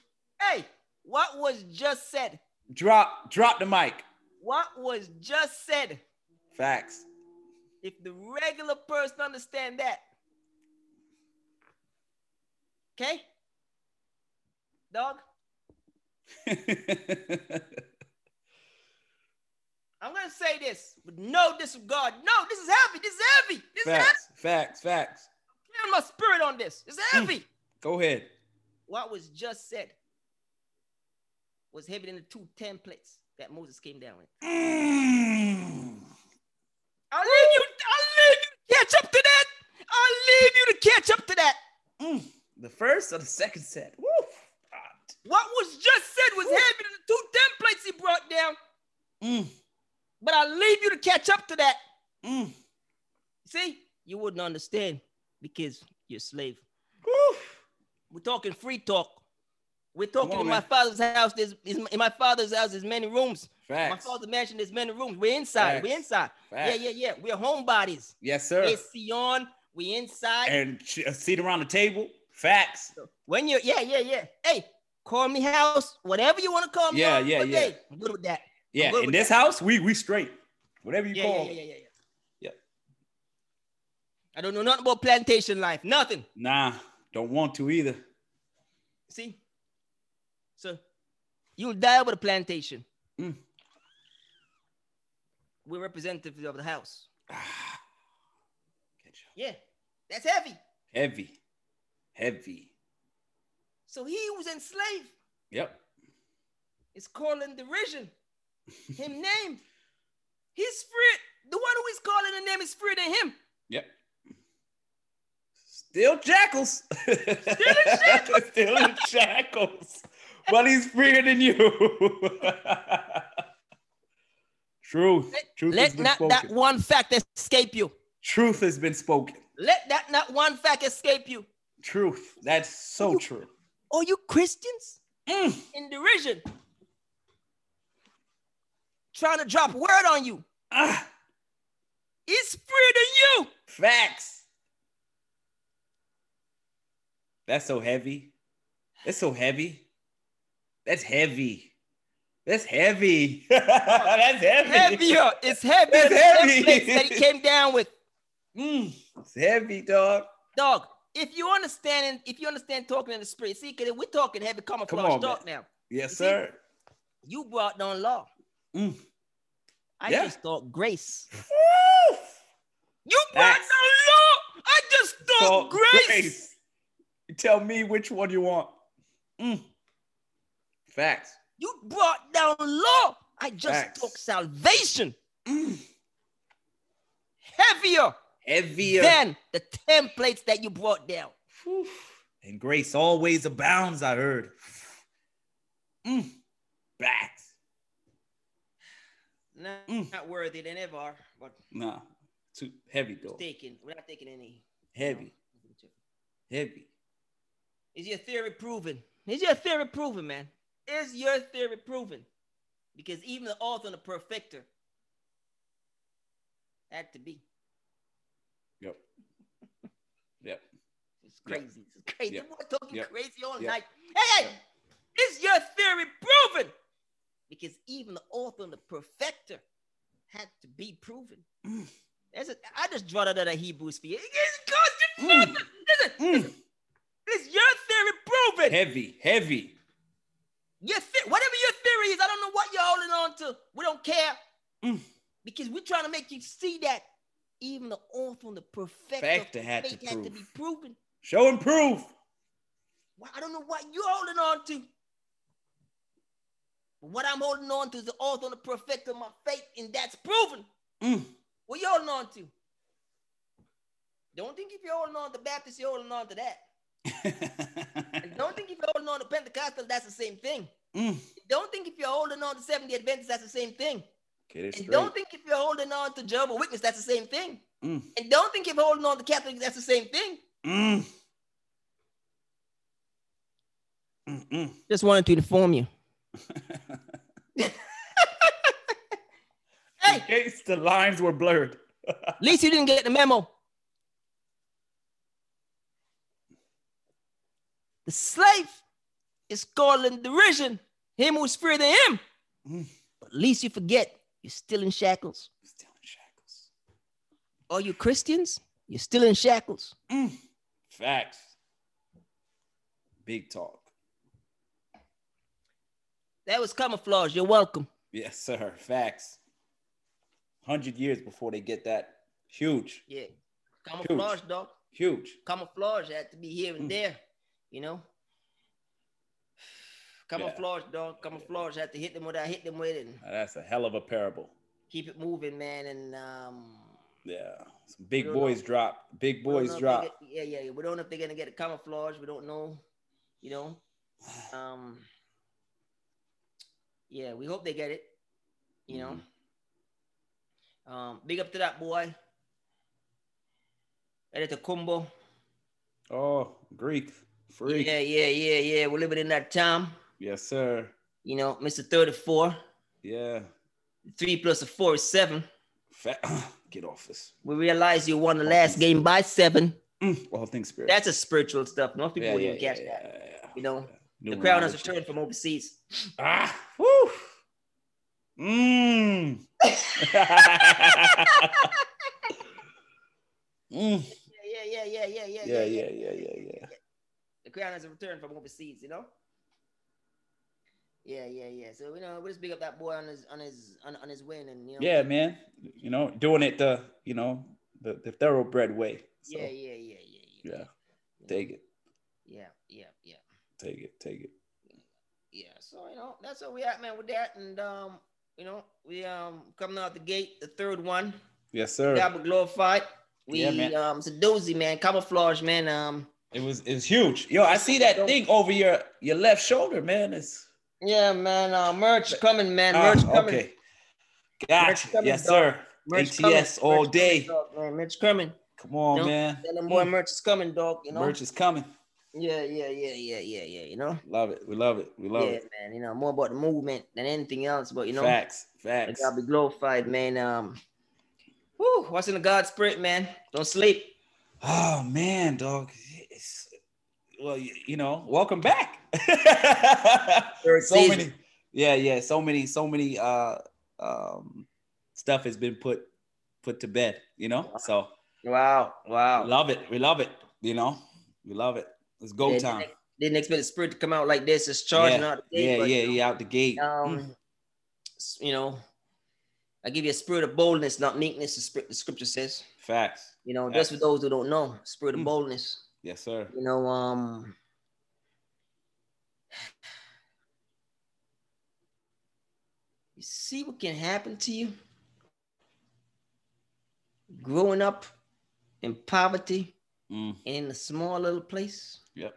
B: Hey, what was just said?
A: Drop, drop the mic.
B: What was just said?
A: Facts. *laughs*
B: If the regular person understand that, okay, dog, I'm gonna say this with no disregard. No, this is heavy. This is heavy. This is heavy.
A: facts, facts, facts.
B: Clearing my spirit on this. It's heavy.
A: Go ahead.
B: What was just said was heavier than the two templates that Moses came down with.
A: Mm.
B: I'll leave you. I'll leave you to catch up to that. I'll leave you to catch up to that.
A: Mm. The first or the second set? Woo. God.
B: What was just said was
A: Ooh.
B: heavy than the two templates he brought down.
A: Mm,
B: But I'll leave you to catch up to that.
A: mm.
B: See, you wouldn't understand because you're a slave.
A: Woo.
B: We're talking free talk. We're talking
A: on,
B: in my
A: man.
B: father's house. There's is- in my father's house. There's many rooms.
A: Facts.
B: My father's mansion. There's many rooms. We're inside. We're
A: Facts.
B: inside.
A: Facts.
B: Yeah, yeah, yeah. We're homebodies.
A: Yes, sir.
B: It's Sion. We inside.
A: and ch- a seat around the table. Facts.
B: When you're yeah, yeah, yeah. Hey, call me house, whatever you want to call me.
A: Yeah,
B: I'm
A: yeah,
B: good
A: yeah.
B: day. I'm good with that. I'm
A: Yeah,
B: good
A: in
B: with
A: this house, we we straight. Whatever you
B: Yeah, yeah,
A: call.
B: yeah, yeah, yeah, yeah.
A: Yep.
B: I don't know nothing about plantation life. Nothing.
A: Nah, don't want to either. *sighs*
B: See? So you'll die over the plantation.
A: Mm.
B: We're representatives of the house.
A: Ah. Good job.
B: Yeah. That's heavy.
A: Heavy, heavy.
B: So he was enslaved.
A: Yep.
B: It's calling derision. Him name. He's free. The one who is calling the name is freer than him.
A: Yep. Still jackals. Still *laughs* in
B: jackals.
A: Still in jackals. But he's freer than you. *laughs* Truth. Truth has
B: Let
A: been
B: not
A: spoken.
B: that one fact escape you.
A: Truth has been spoken.
B: Let that not one fact escape you.
A: Truth. That's so true.
B: Are you Christians
A: Mm.
B: in derision? Trying to drop word on you.
A: Ah,
B: It's freer
A: *laughs*
B: than you.
A: facts. That's so heavy. That's so heavy. That's heavy. That's heavy. *laughs* That's heavy.
B: Heavier. It's heavier.
A: That's
B: than the
A: heavy. *laughs*
B: templates that he came down with.
A: Mm, it's heavy, dog.
B: Dog, if you understand, if you understand talking in the spirit, see, because we're talking heavy camouflage
A: on,
B: talk now.
A: Yes,
B: see?
A: sir.
B: You brought down law.
A: Mm.
B: I
A: Yeah.
B: just thought grace.
A: Woo!
B: You brought
A: Facts.
B: down law. I just
A: So,
B: thought grace.
A: Grace, you Tell me which one you want. Mm. Facts.
B: You brought down law. I just
A: Facts.
B: took salvation
A: Mm.
B: heavier
A: Heavier.
B: than the templates that you brought down.
A: Whew. And grace always abounds, I heard. Mm. Facts.
B: Not,
A: Mm.
B: not worthy than ever, are, but
A: Nah. Too heavy though.
B: taken. We're not taking any.
A: Heavy. Heavy.
B: Is your theory proven? Is your theory proven, man? Is your theory proven? Because even the author and the perfecter had to be. *laughs*
A: Yep. Yep.
B: It's crazy. It's crazy.
A: Yep.
B: We're talking
A: Yep.
B: crazy all
A: Yep.
B: night. Hey, hey,
A: Yep.
B: is your theory proven? Because even the author and the perfecter had to be proven.
A: Mm.
B: That's a, I just draw that out of Hebrews for you. It's cause
A: Mm.
B: you nothing. Listen,
A: Mm.
B: Is your theory proven?
A: Heavy. Heavy.
B: Your the- whatever your theory is, I don't know what you're holding on to. We don't care
A: Mm.
B: because we're trying to make you see that even the author and the perfecter of
A: Factor had to
B: faith had to
A: prove.
B: be proven.
A: Show and prove.
B: Well, I don't know what you're holding on to. But what I'm holding on to is the author and the perfecter of my faith, and that's proven.
A: Mm. *laughs*
B: What you holding on to? Don't think if you're holding on to Baptist, you're holding on to that. And don't think if you're holding on to Pentecostal, that's the same thing.
A: Mm.
B: Don't think if you're holding on to Seventh Day Adventist, that's the same thing.
A: Get it
B: And
A: straight.
B: don't think if you're holding on to Jehovah's Witness, that's the same thing. Mm. And don't think if holding on to Catholics, that's the same thing. Mm.
A: Mm,
B: Just wanted to inform *laughs* you.
A: hey. In case the lines were blurred.
B: At least you didn't get the memo. The slave is calling derision him who's freer than him. Mm. But at least you forget you're still in shackles. Still in shackles. Are you Christians? You're still in shackles. Mm.
A: Facts. Big talk.
B: That was camouflage. You're welcome.
A: Yes, sir. Facts. Hundred years before they get that. Huge.
B: Yeah. Camouflage, Huge. dog.
A: Huge.
B: Camouflage had to be here and mm. there, you know. Camouflage, yeah. dog. Camouflage. Had to hit them with I hit them with it.
A: Now that's a hell of a parable.
B: Keep it moving, man. And um
A: Yeah. Some big boys know. drop. Big boys drop.
B: Get, yeah, yeah, yeah. We don't know if they're gonna get a camouflage. We don't know. You know. Um yeah, we hope they get it. You know. Mm-hmm. Um, big up to that boy. Editor Kumbo.
A: Oh, Greek. Freak.
B: Yeah, yeah, yeah, yeah. We're living in that time.
A: Yes, sir.
B: You know, Mr. 34.
A: Yeah.
B: Three plus a four is seven.
A: *clears throat* Get off this.
B: We realize you won the last game by seven.
A: Mm, all things spiritual.
B: That's a spiritual stuff. Most people yeah, wouldn't yeah, catch yeah, that. You know, New the crowd has returned from overseas.
A: Ah, woo. *laughs* Mmm.
B: mm. Yeah, yeah, yeah, yeah, yeah,
A: yeah, yeah, yeah, yeah, yeah, yeah.
B: The crowd has returned from overseas. You know. Yeah, yeah, yeah. So you know, we just big up that boy on his on his on, on his win, and you know.
A: Yeah, man. You know, doing it the you know the, the thoroughbred way.
B: So, yeah, yeah, yeah, yeah,
A: yeah. Yeah, take it.
B: Yeah, yeah, yeah
A: take it, take it.
B: Yeah, so you know that's where we at, man, with that, and um, you know we um coming out the gate, the third one.
A: Yes, sir.
B: God be glorified. We yeah, man. um, it's a doozy, man. Camouflage, man. Um,
A: it was it's huge. Yo, I see that thing over your your left shoulder, man. It's ah,
B: yeah, man. Uh, merch coming, man. Merch uh, coming.
A: Okay. Gotcha. Coming, yes, sir. Merch ATS coming. all merch day.
B: Coming, dog, man. Merch coming.
A: Come on, you know? man.
B: Tell them boy, mm. merch is coming, dog. You know,
A: merch is coming.
B: Yeah, yeah, yeah, yeah, yeah, yeah. You know,
A: love it. We love it. We love yeah, it,
B: man. You know, more about the movement than anything else. But you know,
A: facts, facts.
B: Gotta be glorified, man. Um, whoo, what's in the God spirit, man? Don't sleep.
A: Oh man, dog. It's, well, you, you know, welcome back. *laughs* so season. many, yeah, yeah. So many, so many. Uh, um, stuff has been put put to bed. You know, wow. so
B: wow, wow.
A: Love it. We love it. You know, we love it. It's go
B: yeah,
A: time.
B: Didn't, didn't, expect the spirit to come out like this. It's charging
A: yeah,
B: out the gate.
A: Yeah,
B: but,
A: yeah,
B: you know,
A: yeah, out the gate.
B: Um, mm. You know, I give you a spirit of boldness, not meekness, the, spirit, the scripture says.
A: Facts.
B: You know,
A: Facts.
B: just for those who don't know, spirit of mm. boldness.
A: Yes, sir.
B: You know, um, you see what can happen to you growing up in poverty mm. in a small little place.
A: Yep.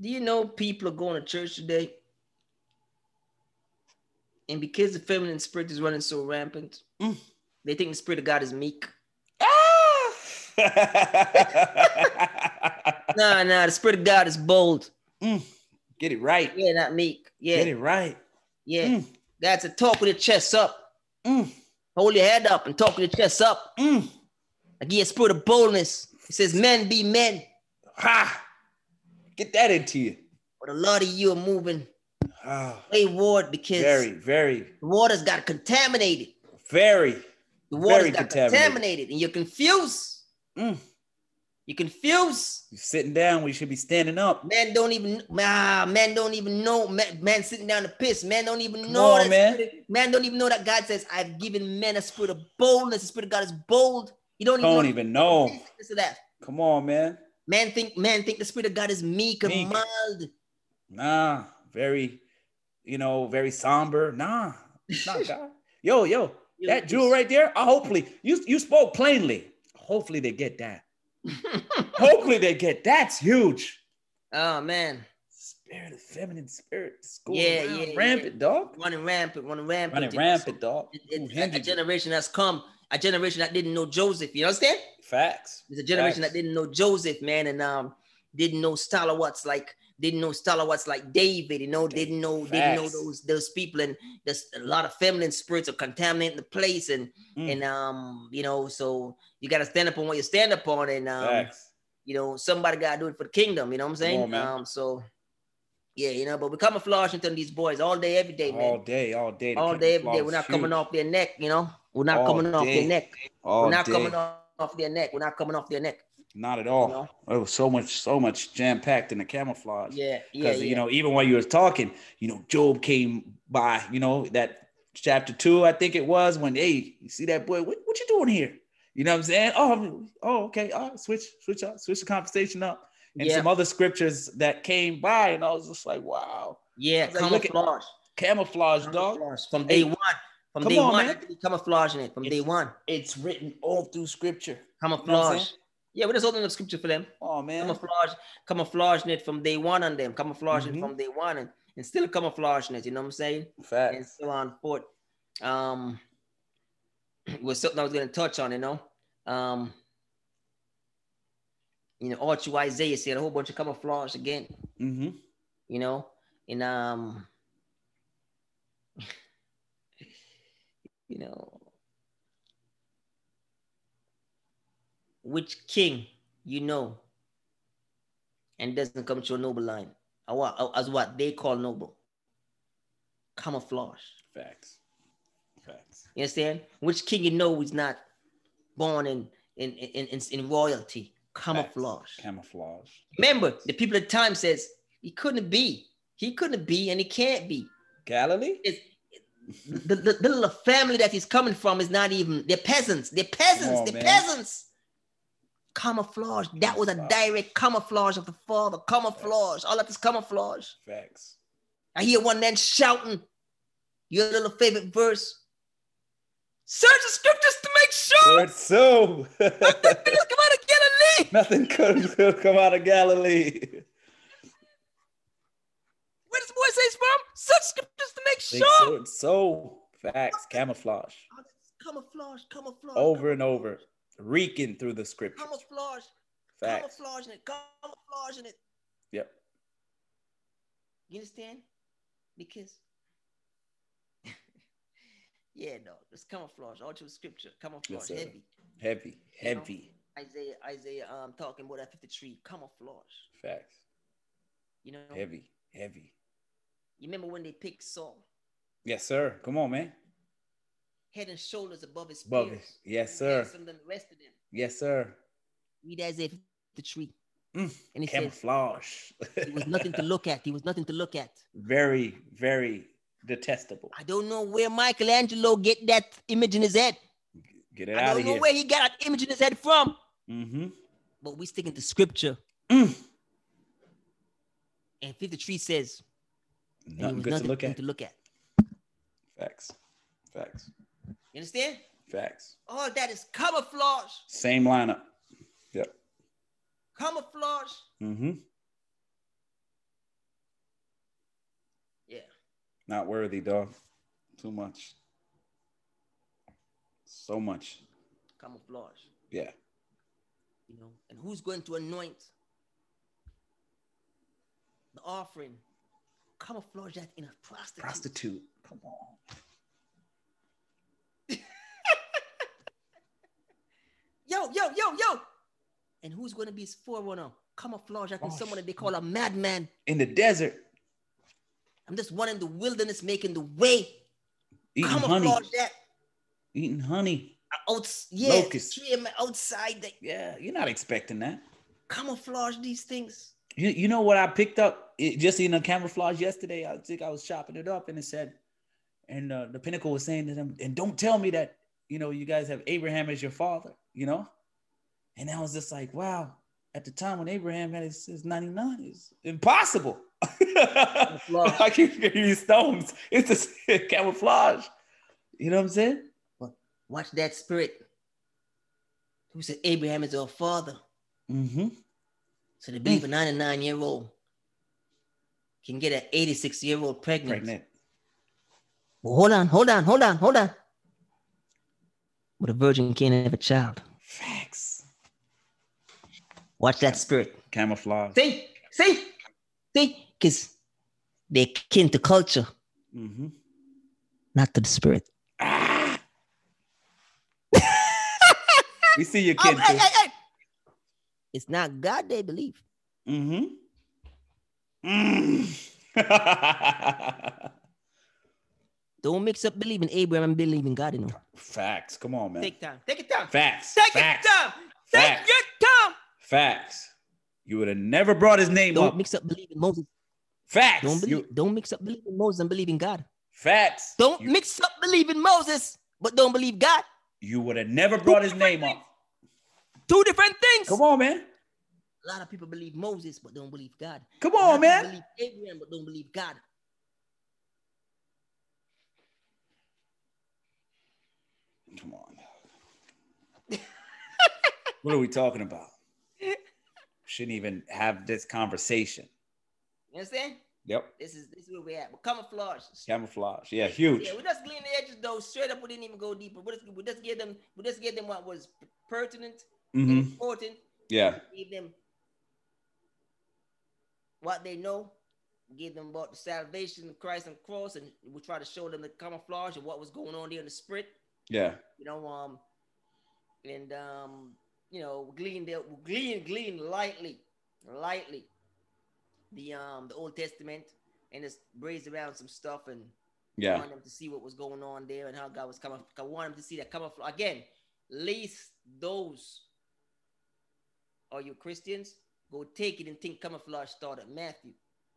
B: Do you know people are going to church today? And because the feminine spirit is running so rampant, mm. they think the spirit of God is meek. *laughs* Ah! nah, nah, the spirit of God is bold.
A: Mm. *laughs* Get it right.
B: Yeah, not meek. Yeah.
A: Get it right.
B: Yeah. Mm. That's a talk with your chest up. Hold your head up and talk with your chest up. I give you a spirit of boldness. It says, Men be men.
A: Ha! Get that into you. Ah,
B: But a lot of you are moving oh, wayward because
A: very, very
B: the waters got contaminated.
A: Very.
B: The waters very got contaminated. contaminated. and you're confused. Mm. You're confused.
A: You're sitting down We should be standing up.
B: Man don't even ah, man don't even know. Man, man sitting down to piss. Man don't even Come know
A: on, man.
B: Of, man don't even know that God says, I've given men a spirit of boldness. The spirit of God is bold. You don't,
A: don't even, know.
B: Even know. This or that.
A: Come on, man.
B: Man think man think the spirit of God is meek, meek. and mild.
A: Nah, very, you know, very somber. Nah, not God. Yo, yo, yo that jewel right there. I hopefully you you spoke plainly. Hopefully they get that. hopefully they get that's huge.
B: Oh man.
A: Spirit of feminine spirit, school yeah, yeah, rampant, yeah. dog.
B: Running rampant, running rampant,
A: running rampant, dog.
B: It, it, Ooh, a generation that's come a generation that didn't know Joseph. You understand?
A: Facts.
B: There's a generation
A: Facts.
B: that didn't know Joseph, man, and um didn't know stalwarts like didn't know stalwarts like David. You know, didn't know didn't know
A: Facts.
B: those those people, and there's a lot of feminine spirits are contaminating the place, and
A: Mm.
B: and um you know, so you gotta stand up on what you stand up on, and um
A: Facts.
B: you know somebody gotta do it for the kingdom. You know what I'm
A: Come
B: saying?
A: on, man.
B: um, so yeah, you know, but we camouflaging to these boys all day, every day,
A: all
B: man.
A: day, all day. The
B: All day, every
A: camouflage
B: day. We're not
A: is
B: coming
A: huge.
B: off their neck, you know. We're not
A: All
B: coming off
A: day.
B: their neck.
A: All
B: We're not
A: day. Oh.
B: coming off, off their neck. We're not coming off their neck.
A: Not at
B: You know?
A: all. It was so much, so much jam packed in the camouflage.
B: Yeah, yeah,
A: Because
B: yeah.
A: you know, even while you were talking, you know, Job came by. You know that chapter two, I think it was when hey, you see that boy? What, what you doing here? You know what I'm saying? Oh, I'm- oh, okay. All right, switch, switch up, switch the conversation up, and
B: yeah,
A: some other scriptures that came by, and I was just like, wow,
B: yeah,
A: I was like, look at-
B: camouflage,
A: camouflage, dog.
B: camouflage from
A: Hey,
B: day one. From
A: come
B: day
A: on,
B: one,
A: man.
B: they camouflaging it from day one.
A: It's written all through scripture.
B: Camouflage.
A: saying?
B: yeah, we're just holding the scripture for them.
A: Oh man,
B: Camouflage, camouflaging it from day one on them. Camouflaging
A: Mhm.
B: it from day one, and, and still camouflaging it. You know what I'm saying? and
A: facts.
B: so on forth. Um, *clears throat* was something I was going to touch on, you know. Um, you know, Archie Isaiah said a whole bunch of camouflage again,
A: Mm-hmm.
B: you know, and um, *laughs* you know, which king you know and doesn't come to a noble line, or what, or as what they call noble camouflage.
A: Facts. Facts.
B: You understand? Which king you know is not born in in in, in, in royalty, camouflage.
A: Camouflage.
B: Remember, the people at time says he couldn't be, he couldn't be, and he can't be.
A: Galilee?
B: The, the, the little family that he's coming from is not even they're peasants, they're peasants,
A: on,
B: they're
A: man.
B: peasants. Camouflage. That was a
A: Camouflage.
B: direct camouflage of the father. Camouflage. All of this camouflage.
A: Facts.
B: I hear one man shouting your little favorite verse. Search the scriptures to make sure.
A: Word *laughs* so.
B: Let's come out of Galilee.
A: Nothing could *laughs* could come out of Galilee.
B: Where this boy says from? Such scriptures to make
A: They
B: sure.
A: word so. Facts. Camouflage.
B: Oh, that's camouflage, camouflage.
A: Over and over. Reeking through the scriptures.
B: Camouflage,
A: Facts.
B: camouflaging it, camouflaging it.
A: Yep.
B: You understand? Because, *laughs* yeah, no, it's camouflage, all through scripture, camouflage,
A: sir.
B: heavy.
A: Heavy. Heavy.
B: Isaiah, Isaiah, um, talking about that 53, camouflage.
A: Facts.
B: You know,
A: Heavy. Heavy.
B: you remember when they picked Saul,
A: Yes, sir. Come on, man.
B: head and shoulders above his
A: Above
B: peers.
A: his- yes,
B: More
A: sir.
B: handsome Than the rest of them.
A: Yes, sir.
B: Read Isaiah 53.
A: Mm,
B: And it says,
A: Camouflage.
B: It was nothing to look at. It was nothing to look at.
A: very, very detestable.
B: I don't know where Michelangelo get that image in his head.
A: Get it
B: I
A: out
B: don't
A: of
B: know
A: here.
B: where he got that image in his head from.
A: Mm-hmm.
B: But we sticking to scripture.
A: Mm.
B: And 53 says, and it
A: Nothing
B: was
A: good to look at.
B: to look at.
A: Facts. Facts.
B: You understand?
A: Facts.
B: All that is camouflage.
A: Same lineup. Yep.
B: Camouflage.
A: Mm-hmm.
B: Yeah.
A: Not worthy, dog. Too much. So much.
B: Camouflage.
A: Yeah.
B: You know. And who's going to anoint the offering? Camouflage that in a prostitute.
A: Prostitute. Come on.
B: yo, yo, yo, yo. And who's going to be his forerunner? Camouflage. I think
A: Oh,
B: someone that they
A: shit.
B: call a madman.
A: In the desert,
B: I'm just one in the wilderness making the way.
A: eating
B: camouflage
A: honey.
B: that.
A: Eating honey.
B: Outs- yeah,
A: Locust.
B: tree in my- outside. They
A: Yeah, you're not expecting that.
B: camouflage these things.
A: You, you know what I picked up it, just in a camouflage yesterday? I think I was shopping it up and it said, and uh, the pinnacle was saying to them, and don't tell me that, you know, you guys have Abraham as your father, you know? And I was just like, wow, at the time when Abraham had his, his 99, it's impossible. *laughs*
B: Camouflage.
A: I keep getting these stones. It's just *laughs* camouflage. You know what I'm saying?
B: *laughs* Watch that spirit. Who said Abraham is our father?
A: Mm-hmm.
B: So the baby, 99 year old, can get an 86 year old pregnant.
A: Pregnant.
B: Well, hold on, hold on, hold on, hold on. But a virgin can't have a child.
A: Facts.
B: Watch that spirit.
A: Camouflage.
B: See, see, see, because they're kin to culture,
A: Mm-hmm.
B: not to the spirit.
A: We see your
B: Oh,
A: kid.
B: hey, hey, hey. It's not God they believe.
A: Mm-hmm. Mm. *laughs*
B: Don't mix up believing Abraham and believing God. You know.
A: Facts. Come on, man.
B: Take time. Take it time.
A: Facts.
B: Take
A: Facts.
B: it time.
A: Facts.
B: Take your time.
A: Facts. You would have never brought his name
B: Don't
A: up.
B: mix up believing Moses.
A: Facts.
B: Don't believe.
A: You-
B: Don't mix up believing Moses and believing God.
A: facts.
B: Don't
A: You,
B: mix up believing Moses, but don't believe God.
A: you would have never brought his name up.
B: Two different things.
A: Come on, man.
B: A lot of people believe Moses, but don't believe God.
A: Come
B: A lot
A: on,
B: of people
A: man.
B: Believe Abraham, but don't believe God.
A: Come on. what are we talking
B: *laughs*
A: about? Shouldn't even have this conversation.
B: You understand?
A: Yep.
B: This is this is where we're at. But camouflage.
A: Camouflage. Yeah, huge.
B: Yeah, we just glean the edges though. Straight up, we didn't even go deeper. We just we just gave them we just gave them what was pertinent and
A: Mm-hmm.
B: important.
A: Yeah.
B: Give them what they know. Give them about the salvation of Christ and cross, and we try to show them the camouflage and what was going on there in the spirit.
A: Yeah.
B: You know, um, and um, you know, glean the glean glean lightly, lightly the um the Old Testament and just braise around some stuff and
A: Yeah.
B: want them to see what was going on there and how God was coming. I want them to see that camouflage again. Least those are you Christians go take it and think camouflage started Matthew.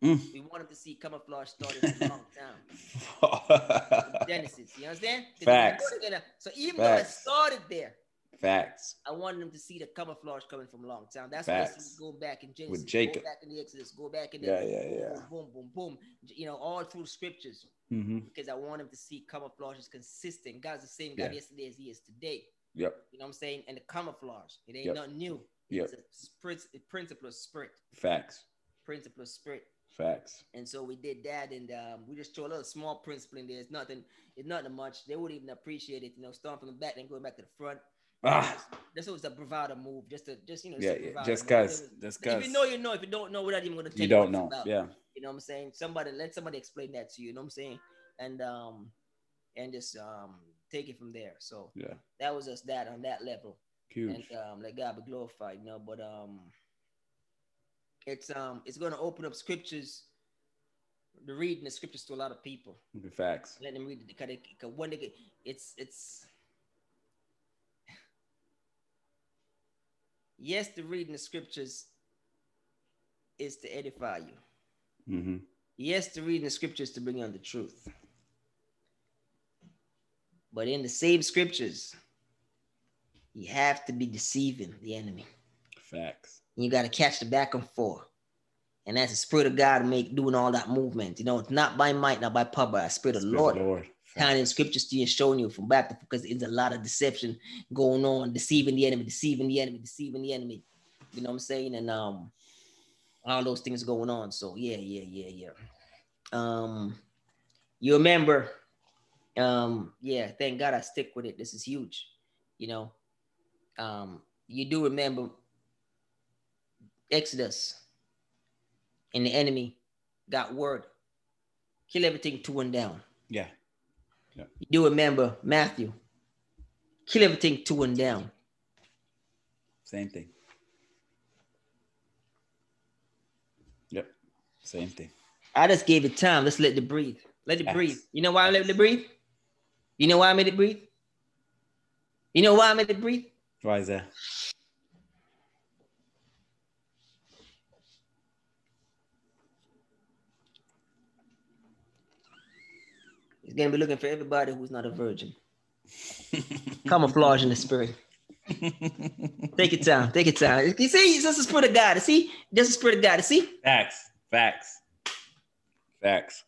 A: Mm.
B: We want them to see camouflage started a long time.
A: *laughs*
B: Genesis, you understand? 'Cause if you go
A: Facts.
B: together- So even though it
A: Facts.
B: started there,
A: Facts.
B: I wanted them to see the camouflage coming from long time. That's why I
A: Facts.
B: see go back in Genesis,
A: Jacob.
B: go back in the Exodus, go back in the
A: Yeah, yeah,
B: boom,
A: yeah.
B: boom, boom, boom, boom. You know, all through scriptures
A: Mm-hmm.
B: because I want him to see camouflage is consistent. God's the same God
A: Yeah.
B: yesterday as he is today.
A: Yep.
B: You know what I'm saying? And the camouflage, it ain't
A: Yep.
B: nothing new.
A: Yep.
B: It's a sprit- a principle of spirit,
A: Facts.
B: principle of spirit.
A: Facts.
B: And so we did that, and um, we just throw a little small principle in there. It's nothing, it's nothing much. They wouldn't even appreciate it, you know, starting from the back and going back to the front.
A: Ah.
B: This was a bravado move, just to, just you know,
A: Yeah,
B: a
A: yeah.
B: bravado
A: Just
B: move.
A: cause.
B: It was-
A: Just
B: If
A: cause.
B: you know, you know. If you don't know, we're not even going to tell
A: You
B: what
A: don't
B: it's
A: know.
B: about.
A: Yeah.
B: You know what I'm saying? Somebody let somebody explain that to you. You know what I'm saying? And um and just um take it from there. So
A: Yeah.
B: that was just that on that level. And
A: Huge.
B: um let God be glorified, you know. But um it's um it's gonna open up scriptures, the reading the scriptures to a lot of people.
A: Facts.
B: Let them read it because they- 'cause when they get it's it's *sighs* yes, the reading the scriptures is to edify you.
A: Mm-hmm.
B: Yes, to reading the scriptures to bring on the truth. But in the same scriptures, you have to be deceiving the enemy.
A: Facts.
B: You got to catch the back and forth. And that's the spirit of God make doing all that movement. You know, it's not by might, not by power, but by the spirit of the
A: Good
B: Lord.
A: Lord. Facts.
B: Counting scriptures to you and showing you from back to because it's a lot of deception going on, deceiving the enemy, deceiving the enemy, deceiving the enemy. You know what I'm saying? And um all those things going on. So yeah, yeah, yeah, yeah. Um you remember, um, yeah, thank God I stick with it. This is huge, you know. Um, you do remember Exodus and the enemy got word. Kill everything to and down.
A: Yeah.
B: You do remember Matthew. Kill everything two and down.
A: Same thing. Yep. Same thing.
B: I just gave it time. Let's let it breathe. Let it
A: Facts.
B: breathe. You know why I let it breathe? You know why I made it breathe? You know why I made it breathe?
A: Why is that?
B: He's gonna be looking for everybody who's not
A: *laughs*
B: a virgin. Camouflage in the spirit. Take your time. Take your time. You see, it's just the spirit of God. You See, just the spirit of God. You See,
A: Facts. Facts. Facts.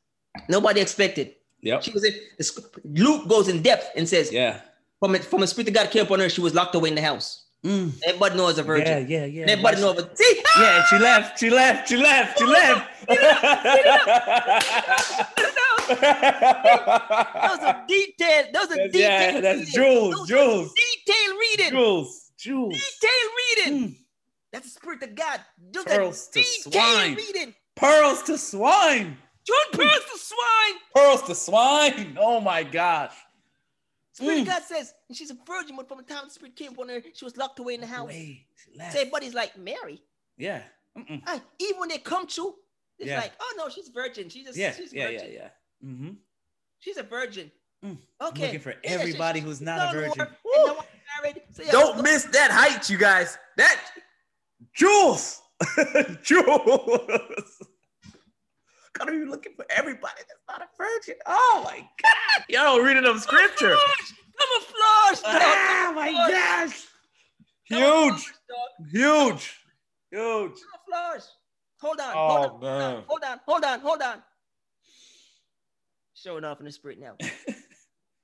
B: nobody expected.
A: Yep.
B: She was in. the sc- Luke goes in depth and says,
A: Yeah.
B: "From a, from a spirit of God came upon her, she was locked away in the house.
A: Mm.
B: Everybody knows a virgin.
A: Yeah, yeah, yeah.
B: Everybody know of a see. *laughs*
A: Yeah, and she left. She left. She left. She left.
B: Those are detailed. Those are detailed.
A: yeah, that's Jules. Jules.
B: Detail reading.
A: Jules. Jules.
B: Detail reading.
A: Mm.
B: That's the spirit of God. Just that
A: Hmm. Pearls to
B: detailed
A: swine. Hmm.
B: reading.
A: Pearls to swine.
B: John Pearls the swine.
A: Pearls to swine. Oh my gosh.
B: Spirit
A: Mm.
B: of God says, and she's a virgin, but from the time the spirit came upon her, she was locked away in the house.
A: Wait, she
B: So
A: left.
B: everybody's like, Mary.
A: Yeah. Mm-mm.
B: Aye, even when they come to, it's
A: Yeah.
B: like, oh no, she's virgin. She's a,
A: Yeah,
B: she's
A: yeah,
B: virgin.
A: yeah, yeah. Mm-hmm.
B: She's a virgin.
A: Mm.
B: Okay.
A: I'm looking for
B: Yeah, yeah, she-
A: everybody who's
B: she's
A: not a
B: done
A: virgin.
B: her,
A: Woo!
B: And now I'm married. So yeah,
C: Don't
B: let's
C: miss that height, you guys. That *laughs*
A: Jules. Jules.
C: gotta be looking for everybody that's not a virgin. Oh my god. Y'all reading them scripture.
B: Camouflage, dog.
A: *laughs* Ah, my gosh. Huge,
B: Dog.
A: huge, huge.
B: Camouflage. Hold on.
A: Oh,
B: hold, on
A: man.
B: hold on. Hold on. Hold on. Showing off in the
A: *laughs*
B: spirit now.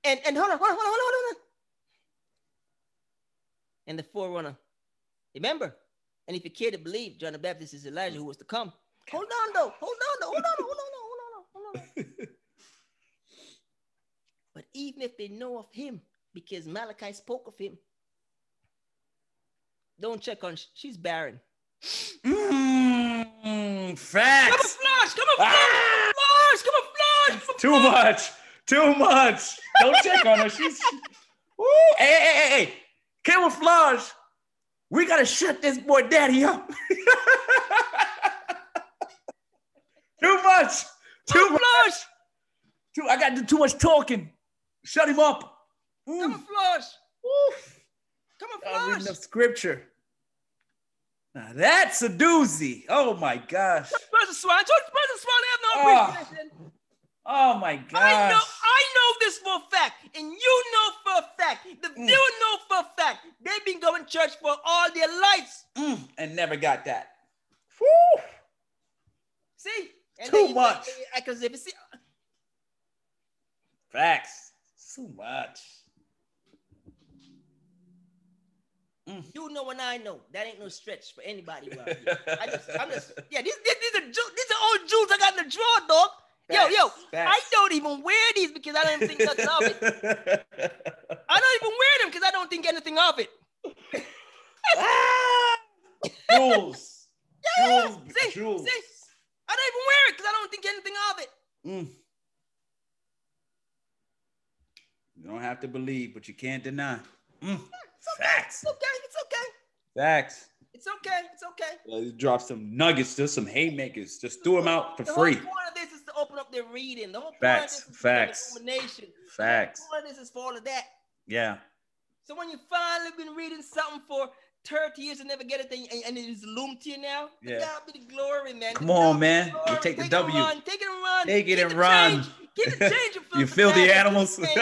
B: and and hold on. Hold on. Hold on. Hold on. Hold on. And the forerunner. Remember. And if you care to believe, John the Baptist is Elijah who was to come. Hold on though. Hold on though. Hold on. Hold on. Hold on. Hold on. Hold on. But even if they know of him, because Malachi spoke of him, don't check on. She's barren.
A: *laughs* Mm, facts.
B: Camouflage,
A: Ah!
B: camouflage, camouflage.
A: Too much. Too much. Don't check on her. She's.
C: Woo! Hey, hey, hey, hey. Camouflage. We gotta shut this boy daddy
A: *laughs*
C: up.
A: Too much. Too much.
B: Camouflage,
A: Too, I got to do too much talking. Shut him up. Mm.
B: camouflage,
A: Oof. I'm
B: camouflage,
A: reading up scripture. Now that's a doozy. Oh my gosh.
B: Person swine, told person swine, I
A: Ah.
B: have no appreciation.
A: Oh my gosh.
B: I know, I know this for a fact, and you know for a fact. The
A: Mm.
B: you know for a fact. They've been going to church for all their lives.
A: Mm, and never got that. Whew.
B: See, and
A: Too
B: then you-
A: much.
B: I can see. see,
A: Facts. So much.
B: You know and I know. That ain't no stretch for anybody. around here. I just,
A: *laughs*
B: I'm just, yeah. These, these, these are Jew- these are old jewels I got in the drawer, dog.
A: Facts,
B: yo, yo, I
A: facts.
B: don't even wear these because I don't think nothing of it. I don't even wear them because I don't think anything of it.
A: Ah! Jules. Jules.
B: See,
A: Jules.
B: see, I don't even wear it because I don't think anything of it.
A: Mm. You don't have to believe, but you can't deny. Mm. Facts.
B: It's okay. It's okay.
A: Facts.
B: It's okay. It's okay.
A: Uh, he dropped some nuggets, just some haymakers. Just threw them out for
B: the
A: free.
B: whole point of this is to open up their reading. The whole point
A: Facts,
B: of this is
A: facts.
B: for illumination.
A: Facts.
B: The whole point of this is for all of that.
A: Yeah.
B: So when you finally been reading something for 30 years and never get it, and, and it is loomed to you now, to
A: Yeah.
B: God be the glory, man. To
A: Come on,
B: God be
A: man.
B: the
A: You
B: glory.
A: take the
B: it
A: W.
B: and run. Take it and run.
A: Take it
B: Get
A: and
B: the
A: run.
B: change. Get
A: *laughs*
B: the change.
A: You feel the
B: bad.
A: animals.
B: Change.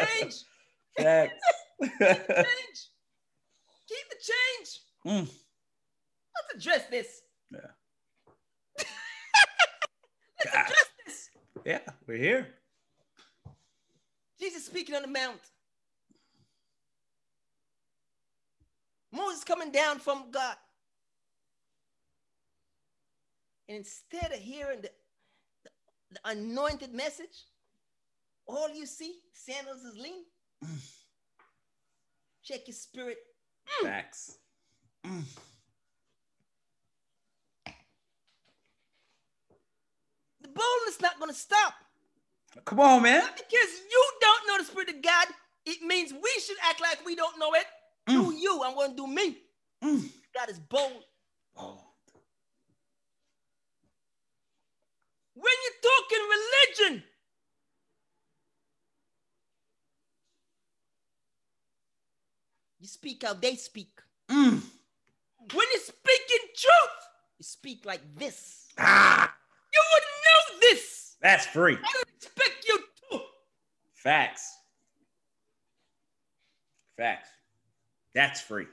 B: Change.
A: *laughs* Facts. *laughs*
B: Keep the change. Keep the change.
A: Mm.
B: Let's address this.
A: Yeah.
B: Let's address this.
A: *laughs* yeah, we're here.
B: Jesus speaking on the mount. Moses coming down from God. And instead of hearing the, the anointed message, all you see, sandals is lean. Check your spirit.
A: Facts. Mm.
B: The boldness not going to stop.
A: Come on, man.
B: Not *laughs* because you don't know the spirit of God, it means we should act like we don't know it. Do you, I'm going to do me.
A: Mm.
B: God is bold.
A: Oh,
B: When you're talking religion, you speak how they speak.
A: Mm.
B: When you're speaking truth, you speak like this.
A: Ah,
B: You would know this.
A: that's free.
B: I don't expect you to.
A: Facts. Facts. That's free.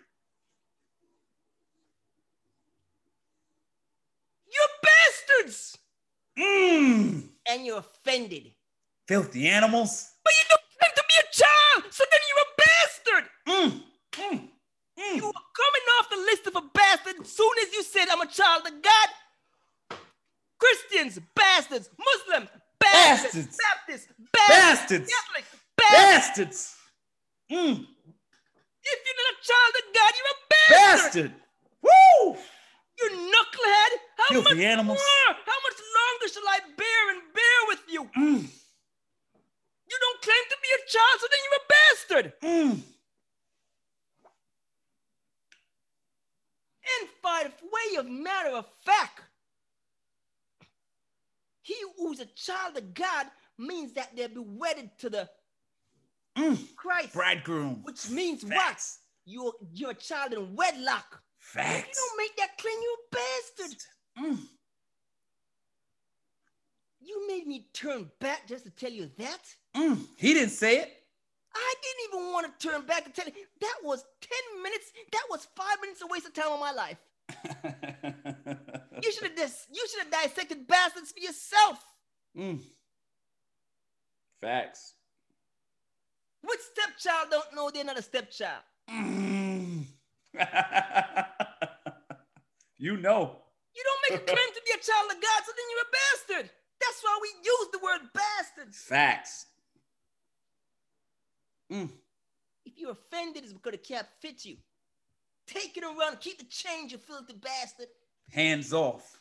B: You bastards.
A: Mm.
B: And you're offended.
A: Filthy animals.
B: But you don't claim to be a child, so then you're a bastard.
A: Mm. Mm. Mm.
B: You were coming off the list of a bastard as soon as you said, I'm a child of God. Christians, bastards. Muslims, bastards.
A: Bastards.
B: Catholic.
A: Bastards. Mm,
B: If you're not a child of God, you're a
A: bastard.
B: bastard.
A: Woo.
B: You knucklehead. How much
A: Filthy animals.
B: more? How much longer shall I bear and bear with you?
A: Mm,
B: You don't claim to be a child, so then you're a bastard.
A: mm.
B: In by the way of matter of fact, he who's a child of God means that they'll be wedded to the
A: Mm.
B: Christ,
A: Bridegroom.
B: which means what?
A: Facts.
B: You're you're a child in wedlock. If you
A: Facts.
B: don't make that claim, you a bastard.
A: Mm.
B: You made me turn back just to tell you that.
A: Mm. He didn't say it.
B: I didn't even want to turn back and tell you that was 10 minutes, that was five minutes of waste of time of my life.
A: *laughs*
B: You should have dis- you should have dissected bastards for yourself.
A: Mm. Facts.
B: Which stepchild don't know they're not a stepchild?
A: Mm. you know.
B: You don't make a claim to be a child of God, so then you're a bastard. That's why we use the word bastards.
A: Facts. Mm.
B: If you're offended, it's because the cap fits you. Take it and run. Keep the change, you filthy bastard.
A: Hands off.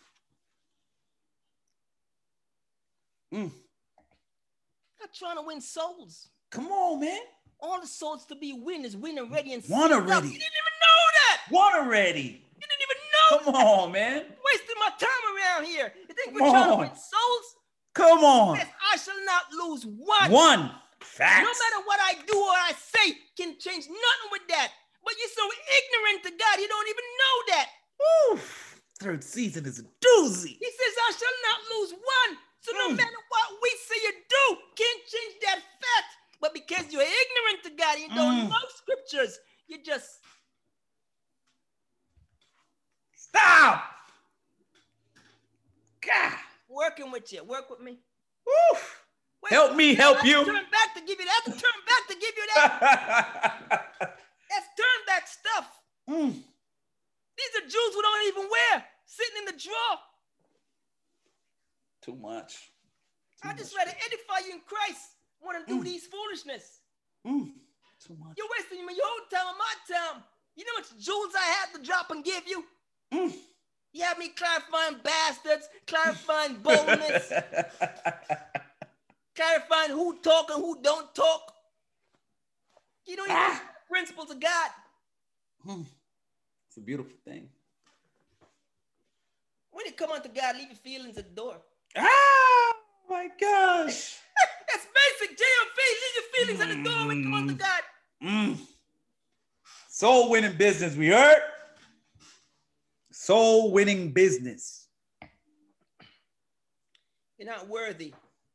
A: Mm.
B: Not trying to win souls.
A: Come on, man.
B: All the souls to be win is win already and
A: Won
B: sealed up.
A: already.
B: You didn't even know that.
A: One already.
B: You didn't even know.
A: Come on, man.
B: Wasting my time around here. You think
A: Come
B: we're trying to
A: on.
B: win souls?
A: Come on.
B: Yes, I shall not lose one.
A: One.
B: No
A: Facts.
B: matter what I do or I say can change nothing with that. But you're so ignorant to God, you don't even know that.
A: Woo. Third season is a doozy.
B: He says, I shall not lose one. So no
A: Mm.
B: matter what we say or do, can't change that fact. But because you're ignorant to God, you don't
A: Mm.
B: know scriptures. You just
A: Stop. God.
B: working with you. Work with me.
A: Woo.
B: Wait,
A: Help me
B: I
A: help
B: have to
A: you.
B: Turn back to give you that. I have to Turn back to give you that. That's turn back stuff.
A: *laughs* Mm.
B: These are Jews who don't even wear, sitting in the drawer.
A: Too much. Too
B: I just
A: much.
B: rather edify you in Christ. Want to do
A: Mm.
B: these foolishness.
A: Mm. Too much.
B: You're wasting your own time and my time. You know how much jewels I had to drop and give you?
A: Mm.
B: You have me clarifying bastards, clarifying
A: *laughs*
B: boldness, clarifying who talk and who don't talk. You don't even
A: Ah.
B: have the principles of God.
A: Mm. It's a beautiful thing.
B: When you come unto God, leave your feelings at the door.
A: Ah, my gosh.
B: That's basic JMV. Leave your feelings at the door when you come unto
A: Mm.
B: God.
A: Mm. Soul winning business, we heard. Soul winning business.
B: You're not worthy.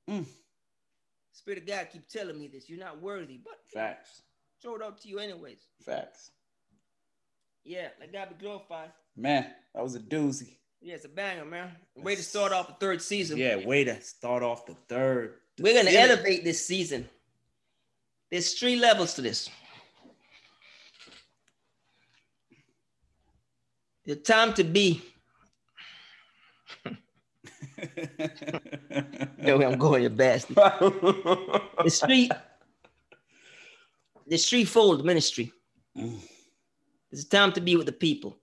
A: Mm.
B: Spirit of God keep telling me this. You're not worthy, but
A: Facts.
B: throw it out to you anyways.
A: Facts.
B: Yeah, let God be glorified.
A: Man, that was a doozy.
B: Yeah, it's a banger, man. Way to start off the third season.
A: Yeah, way to start off the third. *laughs*
B: We're gonna
A: Feel it.
B: elevate this season. There's three levels to this. The time to be. No way I'm going, you bastard. The street. There's threefold ministry.
A: Mm.
B: There's a time to be with the people.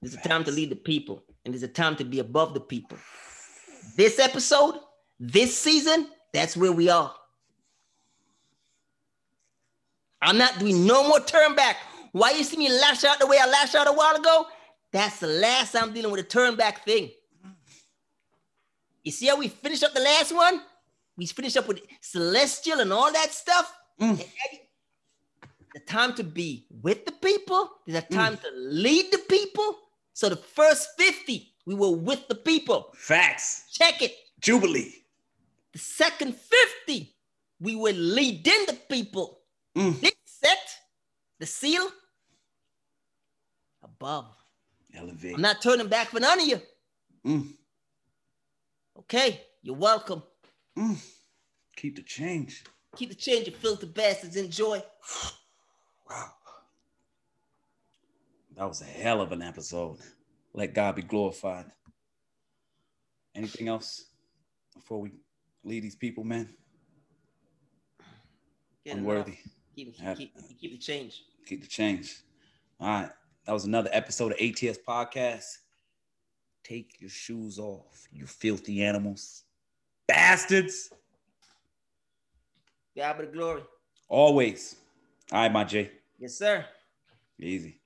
B: There's a time to lead the people, and there's a time to be above the people. This episode, this season, that's where we are. I'm not doing no more turn back. Why you see me lash out the way I lash out a while ago? That's the last I'm dealing with a turn back thing. You see how we finished up the last one? We finished up with celestial and all that stuff.
A: Mm.
B: And every- the time to be with the people, there's
A: Mm.
B: a time to lead the people. So the first 50, we were with the people.
A: Facts.
B: Check it.
A: Jubilee.
B: The second 50, we were leading the people.
A: Mm.
B: This set, the seal, above.
A: Elevate.
B: I'm not turning back for none of you.
A: Mm.
B: Okay, you're welcome.
A: Mm. Keep the change.
B: Keep the change, you filthy bastards. Enjoy.
A: Wow. That was a hell of an episode. Let God be glorified. Anything else before we leave these people, man?
B: Get
A: Unworthy.
B: enough. Keep,
A: Yeah.
B: keep, keep the change.
A: Keep the change. All right. That was another episode of ATS Podcast. Take your shoes off, you filthy animals. Bastards.
B: God be the glory.
A: Always. All right, my J.
B: Yes, sir.
A: Easy.